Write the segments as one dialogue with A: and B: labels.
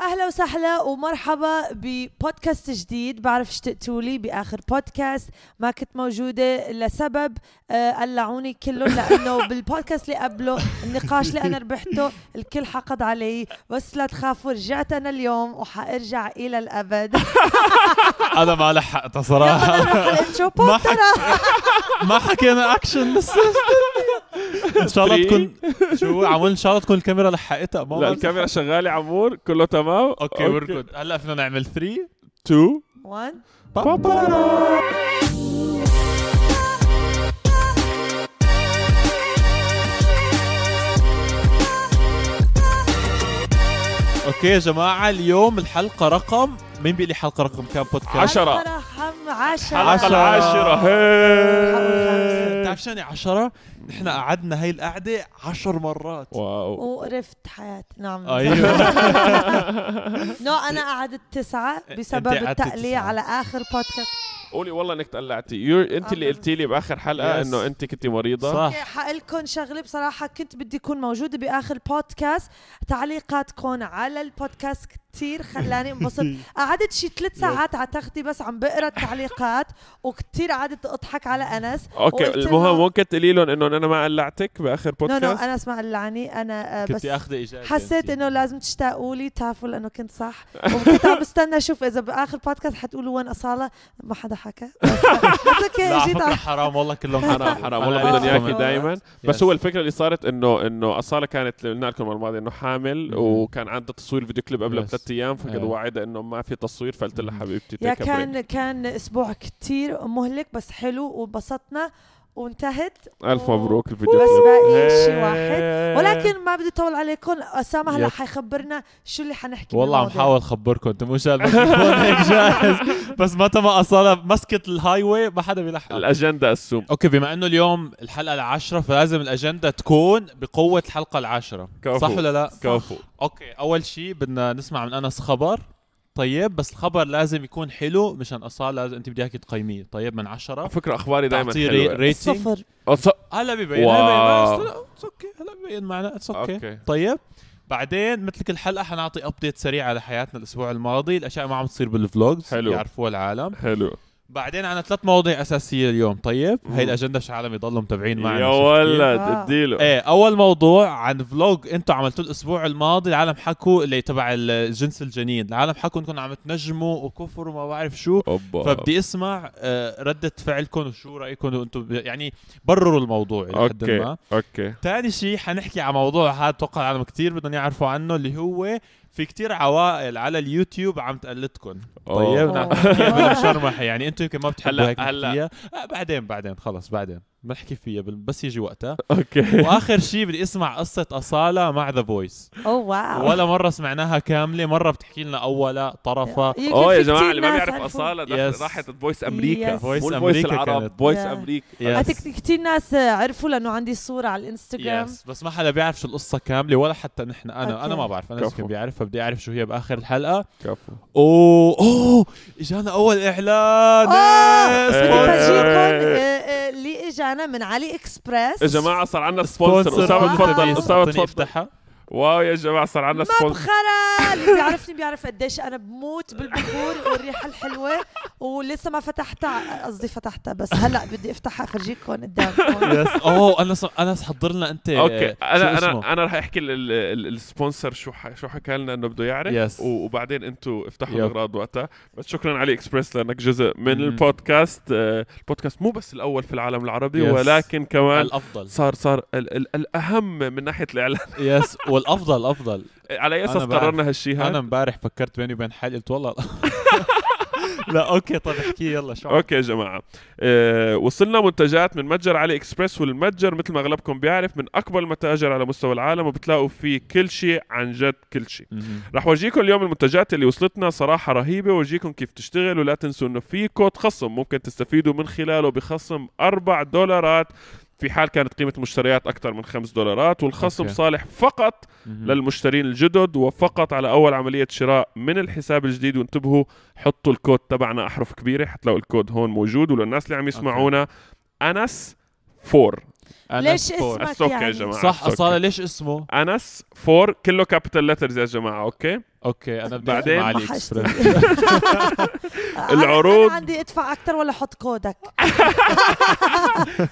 A: اهلا وسهلا ومرحبا ببودكاست جديد بعرف اشتقتوا لي باخر بودكاست ما كنت موجوده لسبب آه، قلعوني كلهم لانه بالبودكاست اللي قبله النقاش اللي انا ربحته الكل حقد علي بس لا تخافوا رجعت انا اليوم وحارجع الى الابد
B: انا ما لحقت
A: يلا
B: صراحه
A: نروح على الانترو بوب
B: ما
A: ترى.
B: ما حكينا اكشن لسه ان شاء الله تكون شو عمول ان شاء الله تكون الكاميرا لحقتها
C: لا
B: ماما
C: الكاميرا شغاله عمور كله تمام
B: اوكي وير جود هلا بدنا نعمل 3
C: تو
A: وان
B: اوكي يا جماعه اليوم الحلقه رقم مين بيقول لي حلقه رقم كام بودكاست؟
C: عشرة.
A: حم عشرة
C: الحلقه
B: عشرة.
C: العاشره
A: خمسة.
C: هي
B: بتعرف شو يعني 10 نحن قعدنا هاي القعده 10 مرات
C: واو
A: وقرفت حياتي نعم
B: ايوه
A: نو انا قعدت تسعة بسبب
B: أنت قعدت
A: التقلية
B: تسعة.
A: على اخر بودكاست
C: قولي والله انك تقلعتي يو انت
A: آه.
C: اللي قلتي لي باخر حلقه
B: Yes.
C: انه انت كنت مريضه
B: صح
A: حقلكم شغلة بصراحة كنت بدي أكون موجودة بآخر بودكاست تعليقاتكم على البودكاست كتير خلاني انبسط قعدت شي ثلاث ساعات على تختي بس عم بقرا التعليقات وكتير قعدت أضحك على أنس
C: اوكي
A: وقلت له-
C: المهم ممكن تقولي لهم انه انا ما قلعتك باخر
A: نو نو
C: بودكاست
A: أنس ما قلعني أنا آه،
B: كنت
A: بس
B: اخذ اجازه
A: حسيت انه لازم تشتاقوا لي تعرفوا لانه كنت صح وكنت عم بستنى اشوف اذا باخر بودكاست حتقولوا وين اصاله ما حدا حكى بس بس
B: لا
A: اوكي
B: على
A: جيت
B: فكره
A: على
B: حرام والله كلهم
C: حرام حرام والله
A: أنا
C: بدهم اياكي
A: أعرف.
C: دائما
B: Yes.
C: بس هو الفكره اللي صارت انه انه اصاله كانت قلنا لكم المره الماضيه انه حامل
B: مم.
C: وكان عندها تصوير فيديو كليب قبل
B: Yes.
C: بثلاث ايام فقد
B: آه.
C: وعدها انه ما في تصوير فقلت لها
B: مم.
C: حبيبتي
A: يا
C: take a break.
A: كان كان اسبوع كتير مهلك بس حلو وانبسطنا وانتهت
C: الف
A: و-
C: مبروك الفيديو
A: بس
C: كليب.
A: باقي شيء واحد ولكن ما بدي اطول عليكم اسامه هلا
B: يب.
A: حيخبرنا شو اللي حنحكي
B: والله عم
A: بالموضوع.
B: حاول اخبركم انت مو شايل الميكروفون هيك جاهز بس متى ما اصلا مسكت الهاي واي ما حدا بيلحق
C: الاجنده السوم
B: اوكي بما انه اليوم الحلقه العاشره فلازم الاجنده تكون بقوه الحلقه العاشره
C: كفو.
B: صح ولا لا
C: كفو
B: اوكي اول شيء بدنا نسمع من انس خبر طيب بس الخبر لازم يكون حلو مشان اصاله لازم انت بدي اياك تقيميه طيب من عشرة
C: فكره اخباري دائما
B: تعطيه ري-
C: حلوه
B: ريتنج
A: صفر
C: أص-
B: هلا ببين هلا
C: واو.
B: ببين اتس اوكي هلا ببين معنا اتس اوكي
C: أوكي.
B: طيب بعدين مثل كل حلقه حنعطي ابديت سريع على حياتنا الاسبوع الماضي الاشياء ما عم تصير بالفلوجز
C: حلو.
B: يعرفوها العالم
C: حلو
B: بعدين عنا ثلاث مواضيع اساسيه اليوم طيب هي
C: مم.
B: الاجنده مش عالم يضلوا متابعين معنا
C: يا
B: شفتي؟
C: ولد
A: آه.
C: اديله
B: ايه اول موضوع عن فلوج انتم عملتوه الاسبوع الماضي العالم حكوا اللي تبع الجنس الجنين العالم حكوا انكم عم تنجموا وكفر وما بعرف شو
C: اوبا
B: فبدي اسمع آه، ردة فعلكم وشو رايكم وانتم ب- يعني برروا الموضوع الى حد ما
C: اوكي اوكي
B: ثاني شيء حنحكي عن موضوع هذا توقع العالم كثير بدهم يعرفوا عنه اللي هو في كتير عوائل على اليوتيوب عم تقلدكم طيب
C: أوه.
B: نعطيها بلا شرمحة يعني انتم يمكن ما بتحبوا
C: هلا-
B: هيك نحكي
C: هلا.
B: فيها آه، بعدين بعدين خلص بعدين بنحكي فيها بال- بس يجي وقتها
C: اوكي
B: واخر شيء بدي اسمع قصه اصاله مع ذا فويس
A: اوه واو
B: ولا مره سمعناها كامله مره بتحكي لنا اولها طرفها
A: يمكن
C: اوه يا
A: في
C: جماعه
A: كتير
C: اللي ما
A: ناس
C: بيعرف
A: عرفوا.
C: اصاله
B: Yes.
C: دخل- راحت فويس امريكا
A: Yes.
B: Voice
C: مو
B: أمريكا
C: فويس العرب
B: كانت.
C: فويس
A: Yeah.
C: امريكا
B: يس
A: أعتقد كتير ناس عرفوا لانه عندي صورة على الانستغرام
B: يس بس ما حدا بيعرف شو القصه كامله ولا حتى نحن انا
A: أوكي.
B: انا ما بعرف انا
C: كفو.
B: يمكن بيعرف فبدي اعرف شو هي باخر الحلقه
C: كفو
B: اوه اوه اجانا اول اعلان
A: آه،
B: يس،
A: بدي
C: إيه.
B: سبونسر.
A: فرجيكم آه، آه، اللي اجانا من علي اكسبرس
C: يا جماعه صار عندنا سبونسر
A: أعطيني-
C: اسامه تفضل اسامه
B: أعطيني
C: تفضل
B: افتحها
C: واو يا جماعه صار عندنا سبونسر
A: مبخرة اللي بيعرفني بيعرف قديش أنا بموت بالبخور والريحة الحلوة ولسه ما فتحتها قصدي فتحتها بس هلا بدي افتحها فرجيكم قدامكم
B: يس اوه انس انس حضر لنا انت
C: اوكي
B: آه، شو
C: انا
B: اسمه؟
C: انا انا رح احكي ال- ال- ال- السبونسر شو ح- شو حكى لنا انه بده يعرف
B: Yes.
C: و- وبعدين انتم افتحوا
B: Yep.
C: الاغراض وقتها بس شكرا علي اكسبرس لانك جزء من
B: Mhm.
C: البودكاست آه، البودكاست مو بس الاول في العالم العربي
B: Yes.
C: ولكن كمان
B: الافضل
C: صار صار ال ال الاهم من ناحيه الاعلان
B: يس والافضل الافضل
C: على اي اساس
B: أنا بعرف.
C: قررنا هالشيء
B: انا
C: هذا
B: امبارح فكرت بيني وبين حالي قلت والله لا اوكي طب احكي يلا شو عم-
C: اوكي يا جماعه أه وصلنا منتجات من متجر علي اكسبرس والمتجر مثل ما اغلبكم بيعرف من اكبر المتاجر على مستوى العالم وبتلاقوا فيه كل شيء عن جد كل شيء
B: مهم.
C: رح ورجيكم اليوم المنتجات اللي وصلتنا صراحة رهيبة ورجيكم كيف تشتغل ولا تنسوا انه في كود خصم ممكن تستفيدوا من خلاله بخصم 4 دولارات في حال كانت قيمة المشتريات أكثر من 5 دولارات والخصم
B: أوكي.
C: أوكي. صالح فقط
B: مهم.
C: للمشترين الجدد وفقط على أول عملية شراء من الحساب الجديد وانتبهوا حطوا الكود تبعنا أحرف كبيرة حتلاقوا الكود هون موجود وللناس اللي عم يسمعونا أنس فور
B: أنا
A: ليش
B: فور.
A: اسمك
C: السوكة يا
A: يعني
C: جماعة
B: صح
C: السوكة.
B: اصاله ليش اسمه
C: أنس فور كله كابيتال ليترز يا جماعة أوكي
B: اوكي انا بدي
C: بعدين؟
B: بعدين علي
A: ما حشتي.
B: إكسبرس.
A: أنا-
C: العروض.
A: انا عندي ادفع اكثر ولا حط كودك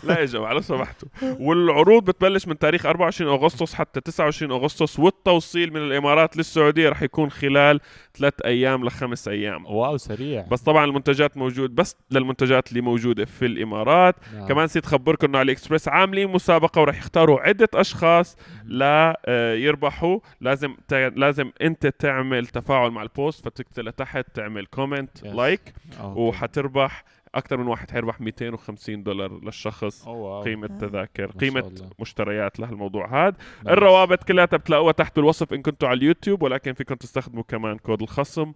C: لا يا جماعه لو سمحتوا والعروض بتبلش من تاريخ 24 اغسطس حتى 29 اغسطس والتوصيل من الامارات للسعوديه رح يكون خلال ثلاث ايام لخمس ايام
B: واو سريع
C: بس طبعا المنتجات موجود بس للمنتجات اللي موجوده في الامارات
B: نعم.
C: كمان نسيت اخبركم انه على الاكسبرس عاملين مسابقه ورح يختاروا عده اشخاص لا آه، يربحوا لازم ت... لازم انت تعمل تفاعل مع البوست فتكتب لتحت تعمل كومنت
B: Yes.
C: لايك
B: أوكي.
C: وحتربح اكثر من واحد حيربح 250 دولار للشخص
B: أوه، واو.
C: قيمة تذاكر
B: شاء
C: قيمة
B: الله.
C: مشتريات لهالموضوع هذا
B: نعم.
C: الروابط كلها بتلاقوها تحت بالوصف إن كنتوا على اليوتيوب ولكن فيكم تستخدموا كمان كود الخصم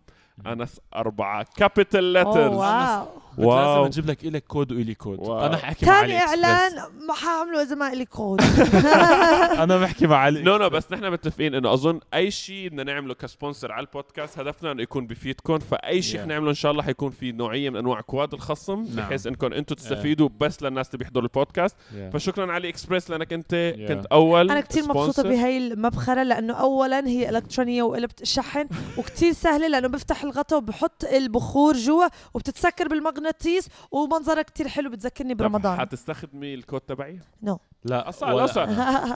C: أنس أربعة كابيتال
A: أوه،
C: لترز
A: واو
B: بس لازم
C: واو.
B: نجيب لك إلك كود وإلي كود
C: واو.
B: انا حاحكي مع
A: ثاني
B: علي إكسبرس.
A: اعلان ما حعمله اذا ما الي كود
B: انا بحكي مع علي
C: نو نو بس نحن متفقين انه اظن اي شيء بدنا نعمله كسبونسر على البودكاست هدفنا انه يكون بفيدكم فاي شيء
B: Yeah.
C: yeah. نعمله ان شاء الله حيكون في نوعيه من انواع كواد الخصم
B: نعم.
C: بحيث انكم انتم تستفيدوا بس للناس اللي بيحضروا البودكاست
B: Yeah.
C: فشكرا علي اكسبرس لانك انت
B: Yeah.
C: كنت اول
A: انا كثير مبسوطه
C: sponsor.
A: بهي المبخره لانه اولا هي الكترونيه وقلبت شحن وكثير سهله لانه بفتح الغطاء وبحط البخور جوا وبتتسكر بالمغناطيس ومنظرها كثير حلو بتذكرني
C: طب
A: برمضان
C: حتستخدمي الكود تبعي؟
B: لا
C: أصلاً-
B: ولا-
C: أصلاً.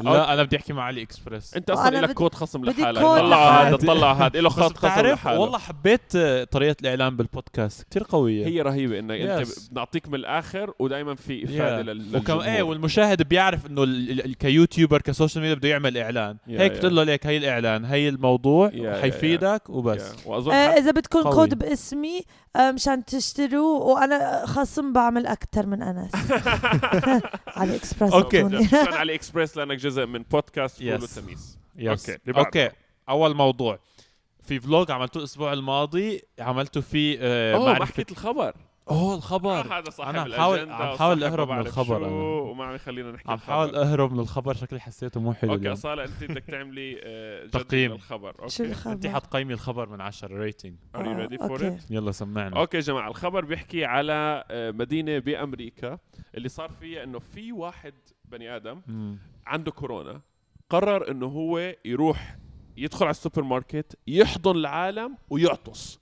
B: لا انا بدي احكي مع علي اكسبرس
C: انت اصلا
A: أنا
C: لك
A: بد-
C: كود خصم
A: بدي
C: لحالك
A: كود
C: طلعوا
B: لحالي.
C: هذا طلعوا هذا له
B: بس
C: خط خصم
B: بتعرف
C: لحاله
B: والله حبيت آه، طريقة الإعلان بالبودكاست كتير قوية
C: هي رهيبه انك
B: Yes.
C: انت بنعطيك من الاخر ودائما في افاده
B: Yeah.
C: لل-
B: وكم ايه
C: للجمهور
B: والمشاهد بيعرف انه ال- ال- ال- كيوتيوبر كسوشيال ميديا بده يعمل اعلان
C: Yeah,
B: هيك بتقول له ليك هي الاعلان هي الموضوع
C: yeah,
B: حيفيدك وبس
C: Yeah. واظن
A: آه،
C: حتى-
A: اذا بدكم
B: قوي.
A: كود باسمي آه، مشان تشتروا وانا خصم بعمل اكثر من انس على اكسبرس
B: أوكي.
A: أعطوني.
C: شكرا على اكسبرس لانك جزء من بودكاست فول
B: Yes.
C: وتميس
B: يس
C: أوكي، اللي بعده.
B: اوكي اول موضوع في فلوج عملته الاسبوع الماضي عملته فيه آه،
C: اوه ما
B: معرفة
C: حكيت الخبر
B: اوه
C: آه،
B: الخبر
C: هذا صاحب
B: أنا عم حاول-
C: الأجندة
B: عم
C: وصاحب
B: حاول
C: ما
B: أهرب من
C: بعرف
B: الخبر
C: شو،
B: أنا.
C: وما عم يخلينا نحكي
B: عم حاول
C: الخبر.
B: اهرب من الخبر شكلي حسيته مو حلو
C: اوكي
B: اليوم.
C: اصاله انت بدك تعملي آه، جدول
B: تقييم.
C: الخبر
A: شو
C: اوكي
A: الخبر آه،
B: انت حط قيمي الخبر من عشرة ريتنج
C: Are you ready for
A: أوكي.
C: it?
B: يلا سمعنا
C: اوكي يا جماعه الخبر بيحكي على آه، مدينه بامريكا اللي صار فيها انه في واحد بني ادم
B: مم.
C: عنده كورونا قرر انه هو يروح يدخل على السوبر ماركت يحضن العالم ويعطس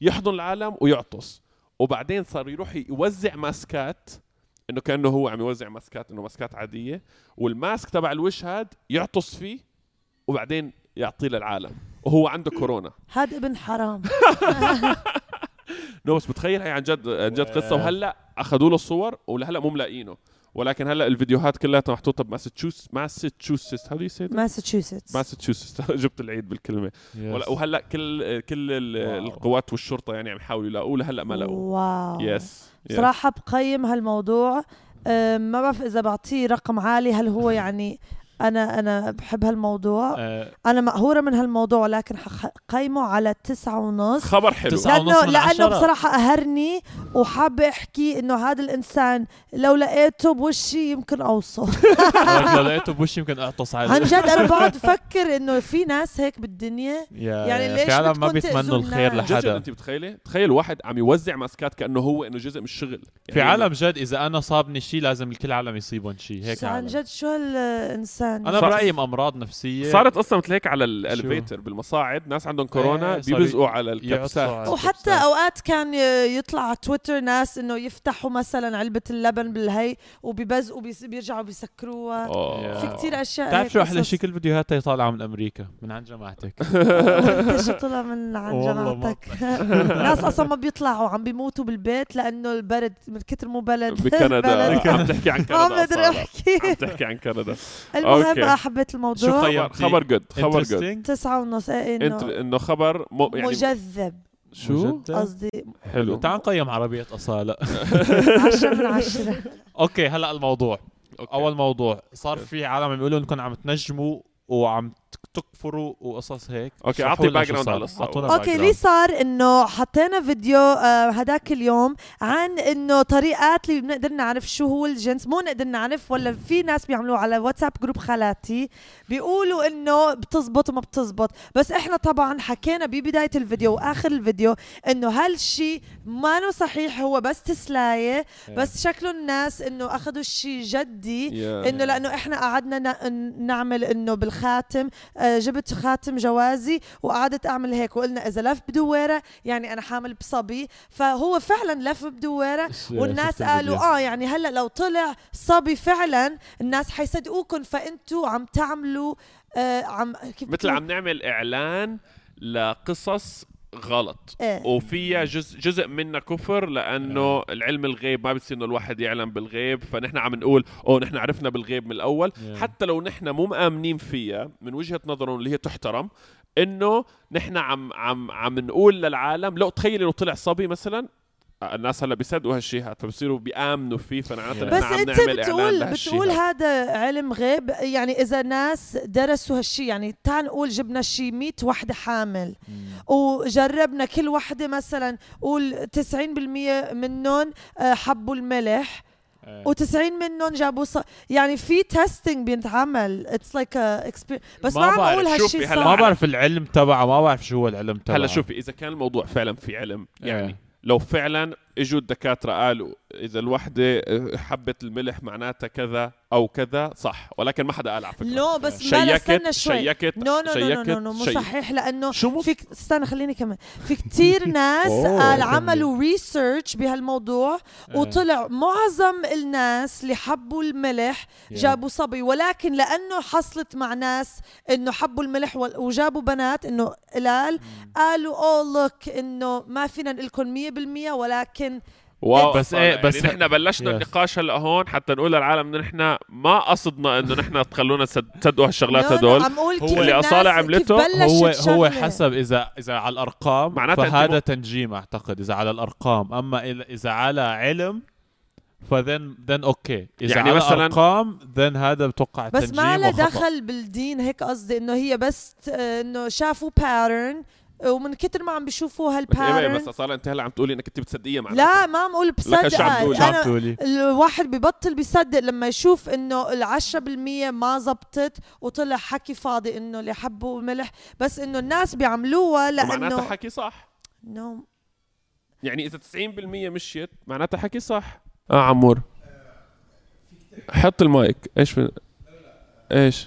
C: يحضن العالم ويعطس وبعدين صار يروح يوزع ماسكات انه كانه هو عم يوزع ماسكات انه ماسكات عاديه والماسك تبع الوش هاد يعطس فيه وبعدين يعطيه للعالم وهو عنده كورونا
A: هاد ابن حرام
C: نو بس بتخيل هي عن جد عن جد قصه وهلا اخذوا له الصور ولهلا مو ملاقينه ولكن هلا الفيديوهات كلها محطوطه بماساتشوستس ماساتشوستس هاو دو يو سي
A: ماساتشوستس
C: ماساتشوستس جبت العيد بالكلمه ولا
B: يس.
C: وهلا كل كل ال-
B: واو.
C: القوات والشرطه يعني عم يحاولوا يلاقوه لهلا ما لقوه
A: واو
C: يس
A: بصراحة بقيم هالموضوع أم، ما بعرف إذا بعطيه رقم عالي هل هو يعني أنا أنا بحب هالموضوع
B: آه،
A: أنا مقهورة من هالموضوع لكن حقيمه على تسعة ونص
C: خبر حلو
B: تسعة ونص
A: لأنه
B: من
A: لأنه
B: عشرة.
A: بصراحة قهرني وحابة أحكي إنه هذا الإنسان لو لقيته بوشي يمكن أوصل
B: ولك لو لقيته بوشي يمكن اعطس عليه
A: عن جد أنا بقعد أفكر إنه في ناس هيك بالدنيا
B: يا-
A: يعني
B: يا
A: ليش
B: في عالم ما
A: بدكن
B: بيتمنوا
A: تأذوا
B: الخير
A: الناس؟
C: جد جد
B: لحدا
C: انت متخيله تخيل واحد عم يوزع ماسكات كانه هو انه جزء من الشغل يعني
B: في عالم جد اذا انا صابني شيء لازم الكل العالم يصيبهم شيء هيك
A: عن
B: عالم.
A: جد شو هالإنسان
B: انا
C: صار-
B: برايي امراض نفسيه
C: صارت قصه مثل هيك على الالفيتر بالمصاعد ناس عندهم كورونا
B: إيه، صاروا
C: بيبزقوا على
B: يعطسوا
C: الكبسات
B: على
A: وحتى
B: الكبسات.
A: اوقات كان ي- يطلع على تويتر ناس انه يفتحوا مثلا علبه اللبن بالهي وببزقوا بيس- بيرجعوا بيسكروها
C: أوه.
A: في كتير اشياء
B: بتعرف
A: هيك
B: شو احلى
A: يعني قصص.
B: شيء كل فيديوهاتها هي طالعه من امريكا من عن جماعتك
A: وانت شو طلع من عن
B: والله ما
A: جماعتك ناس اصلا ما بيطلعوا عم بيموتوا بالبيت لانه البرد من كتر مو بلد
C: بكندا
A: بلد.
C: عم تحكي عن
A: ما
C: كندا
A: بقدر
C: أصالة. عم
A: احكي
C: تحكي عن كندا
A: المهم
C: أوكي.
A: آه، حبيت
B: شو
A: الموضوع
B: خير؟
C: خبر
B: قيمتي.
C: خبر جود خبر جود
B: Interesting.
A: تسعة ونص ايه انه
C: انه خبر مو يعني
A: مجذب
C: شو
B: مجدد.
A: قصدي
C: حلو
B: تعال نقيم عربيه اصاله
A: عشرة من عشرة
B: اوكي هلا الموضوع
C: أوكي.
B: اول موضوع صار في عالم عم يقولوا انكم عم تنجموا وعم تك- تكفروا وقصص هيك
C: أوكي،
B: اشرحوا
C: أعطي
B: لنا
C: background
B: شو صار.
C: على القصة.
B: أعطونا
A: اوكي
B: background.
A: ليه صار انه حطينا فيديو آه، هداك اليوم عن انه طريقات اللي بنقدر نعرف شو هو الجنس مو نقدر نعرف ولا في ناس بيعملوه على واتساب جروب خالاتي بيقولوا انه بتزبط وما بتزبط بس احنا طبعا حكينا ببدايه الفيديو واخر الفيديو انه هالشي ما نو صحيح هو بس تسلايه بس شكله الناس انه اخذوا الشي جدي
C: Yeah.
A: انه لانه احنا قعدنا ن- نعمل انه بالخاتم آه، آه، جبت خاتم جوازي وقعدت اعمل هيك وقلنا اذا لف بدويره يعني انا حامل بصبي فهو فعلا لف بدويره والناس قالوا اه يعني هلا لو طلع صبي فعلا الناس حيصدقوكم فانتوا عم تعملوا آه عم كيف
C: مثل
A: بتقول؟
C: عم نعمل اعلان لقصص غلط
A: إيه.
C: وفيها جزء جزء منها كفر لانه العلم الغيب ما بتصير انه الواحد يعلم بالغيب فنحن عم نقول اوه نحن عرفنا بالغيب من الاول
B: إيه.
C: حتى لو نحن مو مآمنين فيها من وجهه نظرهم اللي هي تحترم انه نحن عم عم عم نقول للعالم لو تخيلي لو طلع صبي مثلا الناس هلا بيصدقوا هالشيء هذا فبصيروا بيآمنوا فيه فمعناتها
B: بس
C: نحن
A: بس
C: عم
A: انت
C: نعمل اعلان
A: بتقول
C: لهالشيء
A: بتقول
C: هاد.
A: هذا علم غيب يعني اذا ناس درسوا هالشي يعني تعال نقول جبنا شي 100 وحده حامل وجربنا كل وحده مثلا قول 90% منهم آه، حبوا الملح و90 منهم جابوا ص... يعني في تيستينج بينتعمل اتس لايك بس
B: ما
A: ما عم
B: بعرف.
A: اقول هالشي
C: شوفي هلا
B: ما
A: صح
B: بعرف العلم تبعه ما بعرف شو هو العلم تبعه
C: هلا شوفي اذا كان الموضوع فعلا في علم يعني
B: إيه.
C: لو فعلا اجوا الدكاتره قالوا اذا الوحده حبت الملح معناتها كذا او كذا صح ولكن ما حدا قال على فكره
A: نو بس لا لا، استنى
C: شيكت
A: شوي
C: شيكت
A: نو نو نو
C: شيكت
A: نو نو مو
C: شي-
A: صحيح لانه
C: شو مو-
A: في ك- استنى خليني كمان في كثير ناس
B: أوه،
A: قال
B: كمل.
A: عملوا ريسيرش بهالموضوع
C: آه.
A: وطلع معظم الناس اللي حبوا الملح جابوا صبي ولكن لانه حصلت مع ناس انه حبوا الملح وال- وجابوا بنات انه قلال قالوا اوه لوك انه ما فينا نقول لكم 100% ولكن
C: واو
B: بس
C: بس
B: إيه،
C: ايه
B: بس-
C: بس يعني نحن بلشنا
B: Yes.
C: النقاش هلا هون حتى نقول للعالم انه نحن ما قصدنا انه نحن تخلونا تصد- تصدقوا هالشغلات
A: نو، نو،
C: هدول
A: عم أقول
C: هو
A: كيف
C: اللي
A: الناس-
C: أصالة
A: كيف
C: عملته،
A: بلشت
B: هو هو
A: شغلة.
B: حسب اذا اذا على الارقام
C: معناتها أنت
B: فهذا
C: مو-
B: تنجيم اعتقد اذا على الارقام اما إل- اذا على علم فذن ذن اوكي اذا
C: يعني
B: على
C: مثلاً-
B: ارقام ذن هذا بتوقع
A: بس
B: تنجيم
A: ما له
B: وخطأ.
A: دخل بالدين هيك قصدي انه هي بس ت- انه شافوا باترن ومن كتر ما عم بيشوفوا
C: بس, إيه بقى،
A: هالباترن
C: بس اصاله انت هلا عم تقولي انك انت بتصدقيها
A: لا
C: معناتها
A: ما عم اقول
C: لك
A: بصدق
C: شو عم تقول؟
B: شو عم
A: انا
B: تقولي؟
A: الواحد ببطل بيصدق لما يشوف انه العشرة بالمية ما زبطت وطلع حكي فاضي انه اللي حبوا ملح بس انه الناس بيعملوها
C: معناتها
A: لانه
C: حكي صح
A: نو
C: يعني اذا 90% مشيت معناتها حكي صح اه عمور حط المايك ايش من... ايش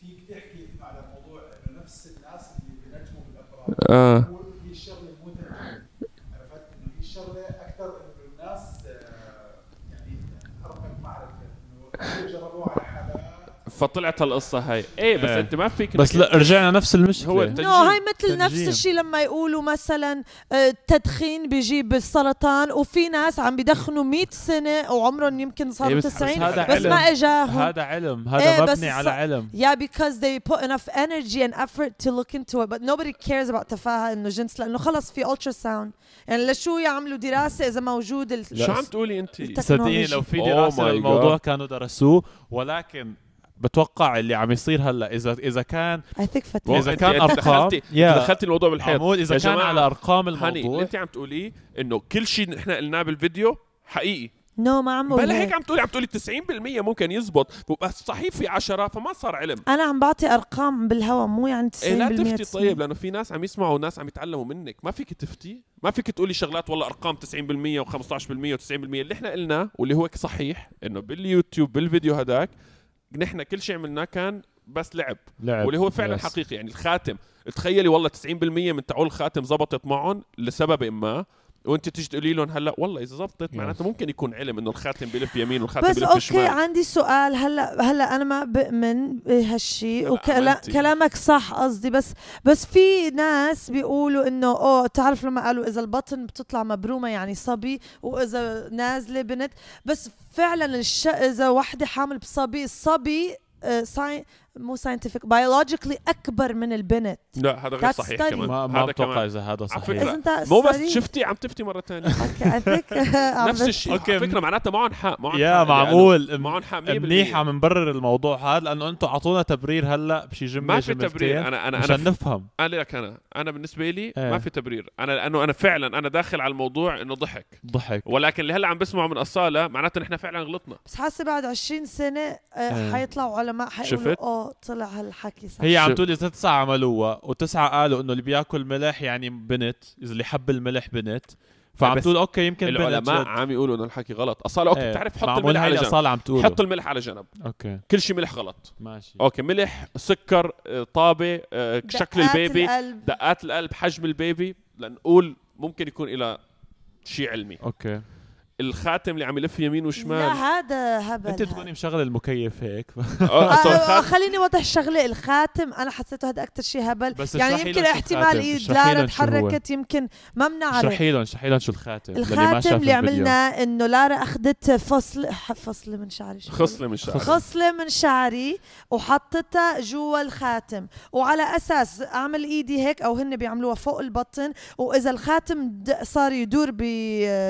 D: فيك تحكي على موضوع انه نفس الناس اللي بنجموا بالافراد
C: اه
D: هو في شغله مو تنجيم. عرفت انه في شغله اكثر انه الناس آه، يعني حرفك معرفه انه جربوه على حالات
C: فطلعت هالقصه هاي ايه بس
B: إيه.
C: انت ما فيك
B: بس
C: إنك-
B: لا رجعنا نفس المشكله
C: هو
A: نو
C: التنجيم.
A: هاي مثل
B: تنجيم.
A: نفس الشيء لما يقولوا مثلا آه، التدخين بيجيب السرطان وفي ناس عم بيدخنوا 100 سنه وعمرهم يمكن
C: إيه
A: صاروا
C: بس- بس
A: 90
B: هذا
A: بس ما
B: علم.
A: اجاهم
C: آه،
B: هذا علم هذا
A: إيه، بس
B: مبني على
A: الص-
B: علم
A: Yeah, because they put enough energy and effort to look into it, but nobody cares about تفاهة انه جنس لانه خلص في ultrasound. يعني لشو يعملوا دراسة إذا موجود ال...
C: شو عم تقولي انت
A: التك-
B: صدقيني
A: تكنولوجي.
B: لو في
C: Oh
B: دراسه
C: my God.
B: للموضوع كانوا درسوه ولكن بتوقع اللي عم يصير هلا اذا اذا كان
A: I think فتاة.
B: إذا كان
C: أنت- أنت
B: أرقام-
C: دخلتي أنت
B: يا.
C: دخلتي الموضوع بالحيط
B: عمود اذا
C: يا
B: كان
C: جماعة،
B: على ارقام
C: هاني اللي
B: الموضوع
C: انت عم تقوليه انه كل شيء نحن قلناه بالفيديو حقيقي
A: نو ما عم بقول
C: بلا هيك
A: هيك.
C: عم تقولي عم تقولي 90% ممكن يزبط بس صحيح في 10 فما صار علم
A: أنا عم بعطي أرقام بالهوا مو يعني 90%
C: إيه لا تفتي
A: 90.
C: طيب لانه في ناس عم يسمعوا وناس عم يتعلموا منك ما فيك تفتي ما فيك تقولي شغلات والله ارقام 90% و15% و90% اللي احنا قلناه واللي هو صحيح انه باليوتيوب بالفيديو هداك نحن كل شيء عملناه كان بس لعب
B: لعب
C: واللي هو فعلا
B: Yes.
C: حقيقي يعني الخاتم تخيلي والله 90% من تعول الخاتم زبطت معهم لسبب ما وانت تيجي تقولي لهم هلا والله اذا زبطت معناته ممكن يكون علم انه الخاتم بيلف يمين والخاتم
A: بس
C: بيلف
A: اوكي
C: شمال
A: عندي سؤال هلا هلا انا ما بامن بهالشيء
C: لا، عملتي.
A: وكلامك صح قصدي بس بس في ناس بيقولوا انه اوه تعرف لما قالوا اذا البطن بتطلع مبرومه يعني صبي واذا نازله بنت بس فعلا الش... اذا وحده حامل بصبي الصبي آه، ساين... مو ساينتفك بايولوجيكلي اكبر من البنت
C: لا هذا غير
A: That's
C: صحيح
A: study.
C: كمان
B: ما ما
C: هذا
B: بتوقع
C: كمان
B: اذا هذا
C: على
B: صحيح
C: فكرة،
A: Isn't that
C: مو بس
A: study?
C: شفتي عم تفتي مره ثانيه
A: اوكي اي ثينك
C: نفس الشيء
B: أوكي،
C: اوكي على فكره معناتها معهم حق معهم
B: يا
C: حق اللي
B: معقول
C: قالوا. معهم حق 100%
B: منيح عم نبرر الموضوع هذا لانه انتم اعطونا تبرير هلا بشي جمله
C: ما في تبرير
B: جملتين
C: انا انا انا
B: مشان نفهم
C: قال لك انا انا بالنسبه لي
B: إيه.
C: ما في تبرير انا لانه انا فعلا انا داخل على الموضوع انه ضحك
B: ضحك
C: ولكن اللي هلا عم بسمعه من اصاله معناته نحن فعلا غلطنا
A: بس حاسه بعد 20 سنه
B: إيه.
A: آه، حيطلعوا علماء حيقولوا
C: شفت؟
A: اوه طلع هالحكي صح
B: هي عم
C: شو-
B: تقول اذا تسعه عملوها وتسعه قالوا انه اللي بياكل ملح يعني بنت اذا اللي حب الملح بنت فعم
C: بس
B: تقول اوكي يمكن بنت
C: العلماء
B: جد.
C: عم يقولوا انه الحكي غلط اصاله اوكي
B: إيه.
C: بتعرف حط
B: معمول
C: الملح
B: هاي
C: على جنب
B: الاصاله عم تقوله
C: حط الملح على جنب
B: اوكي
C: كل شيء ملح غلط
B: ماشي
C: اوكي ملح سكر آه، طابه آه، شكل
A: دقات
C: البيبي
A: القلب.
C: دقات القلب حجم البيبي لنقول ممكن يكون إلى شيء علمي
B: اوكي
C: الخاتم اللي عم يلف يمين
A: لا
C: وشمال
A: هذا هبل
B: انت
A: هذا.
B: تكوني مشغله المكيف هيك
C: آه،
A: آه،
C: صار
A: آه،
C: خاتم.
A: خليني اوضح شغله الخاتم انا حسيته هذا اكثر شيء هبل
B: بس
A: يعني
B: اشرحي
A: يمكن
B: لهم شو
A: احتمال
B: الخاتم،
A: ايد
B: اشرحي
A: لارا
B: لهم شو هو.
A: تحركت يمكن ما بنعرف
B: اشرحي لهم اشرحي لهم شو الخاتم للي ما
A: الخاتم
B: شاف
A: اللي
B: الفيديو.
A: عملناه انه لارا اخذت فصل ح- فصل من شعري شو
C: خصلة من شعر
A: خصلة من شعري وحطتها جوا الخاتم وعلى أساس أعمل إيدي هيك أو هن بيعملوها فوق البطن وإذا الخاتم د- صار يدور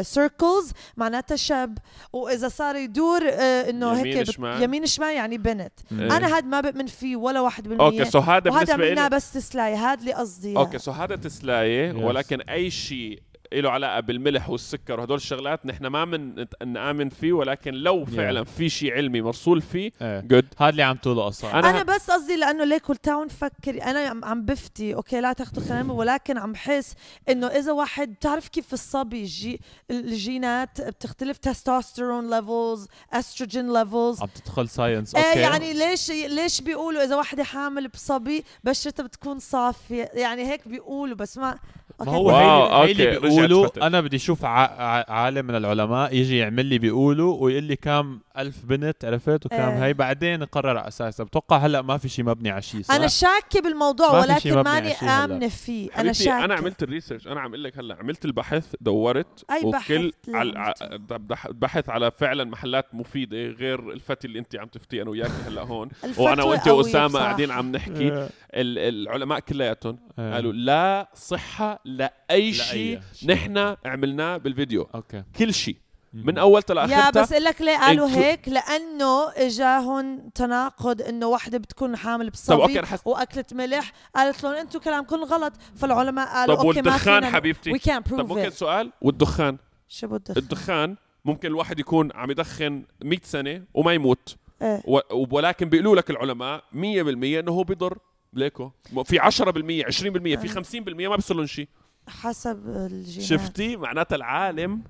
A: بسيركلز معناتها شاب وإذا صار يدور آه، إنه
C: يمين
A: هيك بت-
C: شمال.
A: يمين شمال يعني بنت
B: إيه.
A: أنا هاد ما بؤمن فيه ولا واحد بالمية
C: اوكي سو هذا
A: وهذا
C: بالنسبه
A: منها
C: لي
A: بس تسلاي هاد اللي قصدي يعني.
C: اوكي سو هذا تسلايه
B: Yes.
C: ولكن اي شيء له علاقه بالملح والسكر وهدول الشغلات نحن ما من نآمن فيه ولكن لو فعلا في شيء علمي مرسول فيه
B: إيه.
C: جود
B: هذا اللي عم تقوله اصلا
A: أنا,
C: أنا-
A: أنا بس قصدي لأنه ليكول تاون فكر أنا عم- عم بفتي أوكي لا تاخذوا كلامي ولكن عم حس إنه إذا واحد بتعرف كيف الصبي جي الجينات بتختلف تستوستيرون ليفلز أستروجين ليفلز
B: عم تدخل ساينس
A: آه
B: اوكي
A: يعني ليش ليش بيقولوا إذا واحدة حامل بصبي بشرتها بتكون صافية يعني هيك بيقولوا بس ما
B: ما
A: أوكي.
B: هو
C: واو،
B: هي هي اللي
C: أوكي، رجعت فتت.
B: بيقولوا انا بدي اشوف ع- ع- عالم من العلماء يجي يعمل لي بيقولوا ويقول لي كم ألف بنت عرفت وكم
A: إيه.
B: هي بعدين اقرر على اساسها بتوقع هلا ما في شيء مبني على شيء صح؟
A: أنا شاكة بالموضوع
B: ما في شي
A: ولكن
B: مبني
A: ماني
B: على شي هلأ.
A: آمنة فيه أنا
C: حبيبتي
A: شاكة
C: انا عملت الريسيرش انا عم اقول لك هلا عملت البحث دورت
A: أي بحث
C: وكل
A: اللي
C: على ع-
A: عملته؟
C: بح- بحث على فعلا محلات مفيده غير الفتي اللي انت عم تفتي انا وياك هلا هون
A: الفتوى
C: وانا وانت
A: قوية
C: واسامه
A: بصراحة.
C: قاعدين عم نحكي
B: إيه.
C: ال- العلماء كلياتهم
B: إيه.
C: قالوا لا صحه لاي شيء
B: شيء.
C: نحن عملناه بالفيديو
B: اوكي
C: كل شيء
B: مم.
C: من اول
A: يا
C: لاخرتها
A: بس اقول لك ليه قالوا
C: inclu-
A: هيك لانه اجاهم تناقض انه وحده بتكون حامل
C: طب أوكي
A: بصبي
C: أنا حس-
A: واكلت ملح قالت لهم انتم كلامكم غلط فالعلماء قالوا
C: طب
A: اوكي ما
C: والدخان
A: فينا
C: حبيبتي؟
A: وي كان
C: طب
A: بروف
C: ممكن سؤال والدخان
A: شو بدك
C: الدخان ممكن الواحد يكون عم يدخن 100 سنه وما يموت
A: إيه.
C: و- ولكن بيقولوا لك العلماء 100% انه هو بيضر ليكو في 10% 20%
A: آه.
C: في 50% ما بيصير لهم شيء
A: حسب الجينات
C: شفتي معناتها العالم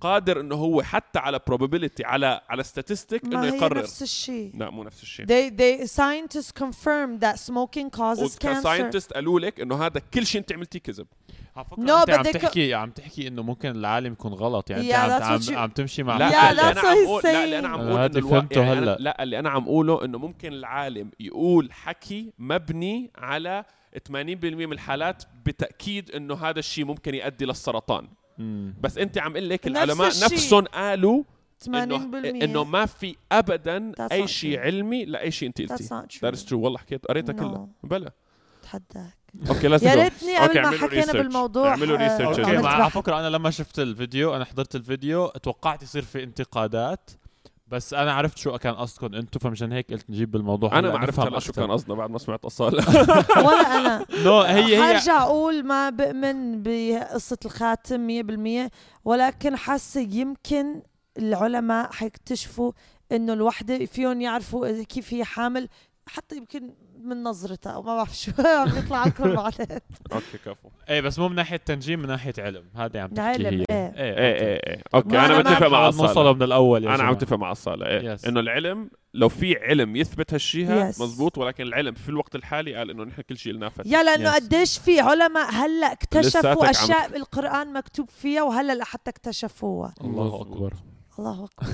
C: قادر انه هو حتى على probability على على statistic انه
A: ما هي
C: يقرر
A: نفس الشيء
C: لا مو نفس الشيء
A: they they scientists confirmed that smoking causes cancer
C: وكساينتست قالوا لك انه هذا كل شيء انت عملتيه كذب
B: على فكره
A: No,
B: no, انت
A: but
B: عم
A: they co-
B: تحكي عم تحكي انه ممكن العالم يكون غلط يعني
A: Yeah,
B: انت
A: that's
B: عم,
A: what
B: عم,
A: you-
B: عم تمشي مع
C: لا
A: Yeah,
C: اللي
A: that's
C: انا
A: what
C: عم
A: he's
C: أقول- لا اللي
A: saying.
C: انا عم
B: أنا
C: اقول
B: هاد
C: انه الوا-
B: فهمته
C: يعني أنا
B: هلأ.
C: لا اللي انا عم اقوله انه ممكن العالم يقول حكي مبني على 80% من الحالات بتاكيد انه هذا الشيء ممكن يؤدي للسرطان
B: مم.
C: بس انت عم اقول لك
A: نفس
C: العلماء
A: الشيء.
C: نفسهم قالوا
A: 80%
C: انه انه ما في ابدا
A: That's
C: اي
A: not
C: شيء
A: true.
C: علمي لاي شيء انت
A: That's
C: قلتي
A: not
C: That is
A: true.
C: true والله حكيت قريتها
A: No.
C: كلها بلا
A: تحداك
C: اوكي لازم
A: يا
C: go.
A: ريتني قبل
C: أوكي،
A: ما
C: اعملوا
A: حكينا
C: research.
A: بالموضوع
C: اعملوا
A: آه،
C: research.
A: عملت
B: اوكي مع
A: بحث.
B: على فكره انا لما شفت الفيديو انا حضرت الفيديو توقعت يصير في انتقادات بس انا عرفت شو كان قصدكم انتم فمشان هيك قلت نجيب بالموضوع
C: انا ما عرفت هلا شو كان قصدنا بعد ما سمعت اصاله
A: ولا انا
B: نو هي هي
A: هرجع اقول ما بأمن بقصة الخاتم 100% ولكن حاسة يمكن العلماء حيكتشفوا انه الوحدة فيهم يعرفوا إذا كيف هي حامل حتى يمكن من نظرتها او ما بعرف شو عم يطلع لكم بعدين
C: اوكي كفو
B: ايه بس مو من ناحيه تنجيم من ناحيه علم هذا عم تحكي
A: علم،
B: هي
A: إيه.
C: ايه
B: ايه
C: ايه ايه اوكي
A: ما
C: انا
A: أنا ما
C: متفق مع
B: نوصله
C: الصالة
B: من الاول يا
C: انا عم
B: جماعة.
C: اتفق مع الصالة ايه
B: Yes.
C: انه العلم لو في علم يثبت هالشيء هاد
A: Yes.
C: مزبوط ولكن العلم في الوقت الحالي قال انه نحن كل شيء لنا فتح
A: يا لانه
B: Yes.
A: قديش في علماء هلا
C: لساتك
A: اكتشفوا
C: عم-
A: اشياء بالقران مكتوب فيها وهلا لحتى اكتشفوها
B: الله
C: مزبوط.
B: اكبر
A: الله اكبر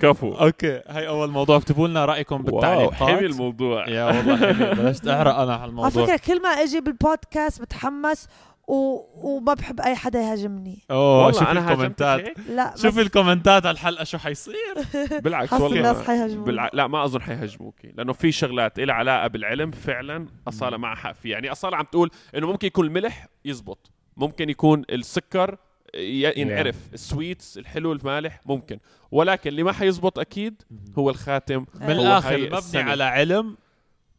C: كفو
B: اوكي هاي اول موضوع اكتبوا لنا رايكم
C: واو
B: بالتعليقات
C: حمي الموضوع
B: يا والله حلو. بلشت احرق انا على
A: على
B: الموضوع
A: فكرة كل ما اجي بالبودكاست بتحمس و... وما بحب اي حدا يهاجمني
B: اوه Oh، شوف
C: والله انا
B: الكومنتات
C: هاجمتك
A: لا بس إيه.
B: شوف الكومنتات على الحلقه شو حيصير
C: هيك؟ بالعكس
A: حاسة
C: والله
A: الناس حيهاجموني.
C: بالع... لا ما اظن حيهاجموكي لانه في شغلات لها علاقه بالعلم فعلا اصاله معها حق فيها يعني اصاله عم تقول انه ممكن يكون الملح يزبط ممكن يكون السكر ي- ينعرف السويتس الحلو المالح ممكن ولكن اللي ما حيزبط اكيد هو الخاتم
B: من
A: هو
B: الاخر مبني على علم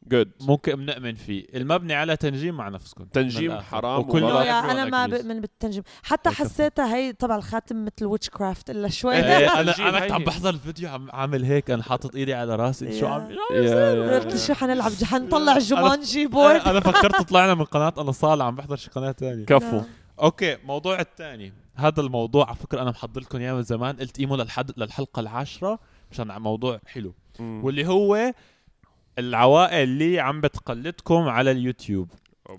C: جود
B: ممكن بنأمن فيه المبني على تنجيم مع نفسكم
C: تنجيم
B: من الآخر.
C: حرام
B: وكل
C: وغلط.
A: لا
C: والله
A: يا انا ما
B: agrees.
A: بؤمن بالتنجيم حتى
B: وكفو.
A: حسيتها هي طبعا الخاتم مثل ويتش كرافت الا شوي
B: إيه، انا
C: تنجيم
B: انا كنت عم
C: هي.
B: بحضر الفيديو عم عامل هيك انا حاطط ايدي على راسي شو عم
A: قلت شو حنلعب حنطلع جومانجي بورد
B: انا أنا فكرت طلعنا من قناه انا صال عم بحضر شي قناه ثانيه
C: كفو
B: اوكي موضوع الثاني هذا الموضوع على فكره انا محضر لكم اياه من زمان قلت ايمو للحد للحلقه العاشره مشان عن موضوع حلو
C: مم.
B: واللي هو العوائل اللي عم بتقلدكم على اليوتيوب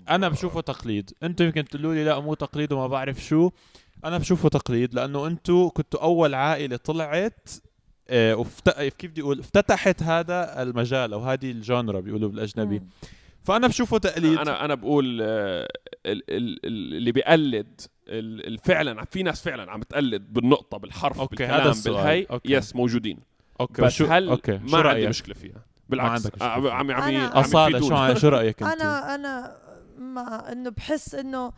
B: انا بشوفه تقليد انتم يمكن تقولوا لي لا مو تقليد وما بعرف شو انا بشوفه تقليد لانه انتم كنتوا اول عائله طلعت آه، وفت... كيف بدي اقول افتتحت هذا المجال او هذه الجانرا بيقولوا بالاجنبي
A: مم.
B: فانا بشوفه تقليد
C: انا انا بقول آه، ال- ال- ال- اللي بيقلد ال- ال- فعلا عم- في ناس فعلا عم بتقلد بالنقطه بالحرف
B: أوكي،
C: بالكلام
B: هذا السؤال.
C: بالهي
B: أوكي.
C: يس موجودين
B: اوكي
C: بس
B: شو...
C: هل
B: اوكي شو
C: ما عندي
B: رأيك؟
C: مشكله فيها بالعكس
B: عندك مشكلة
C: عم
B: فيها.
C: عم
A: أنا-
C: عم
B: اصاله شو
C: يفيدونا.
B: عن- شو رايك انت؟
A: انا انا مع انه بحس انه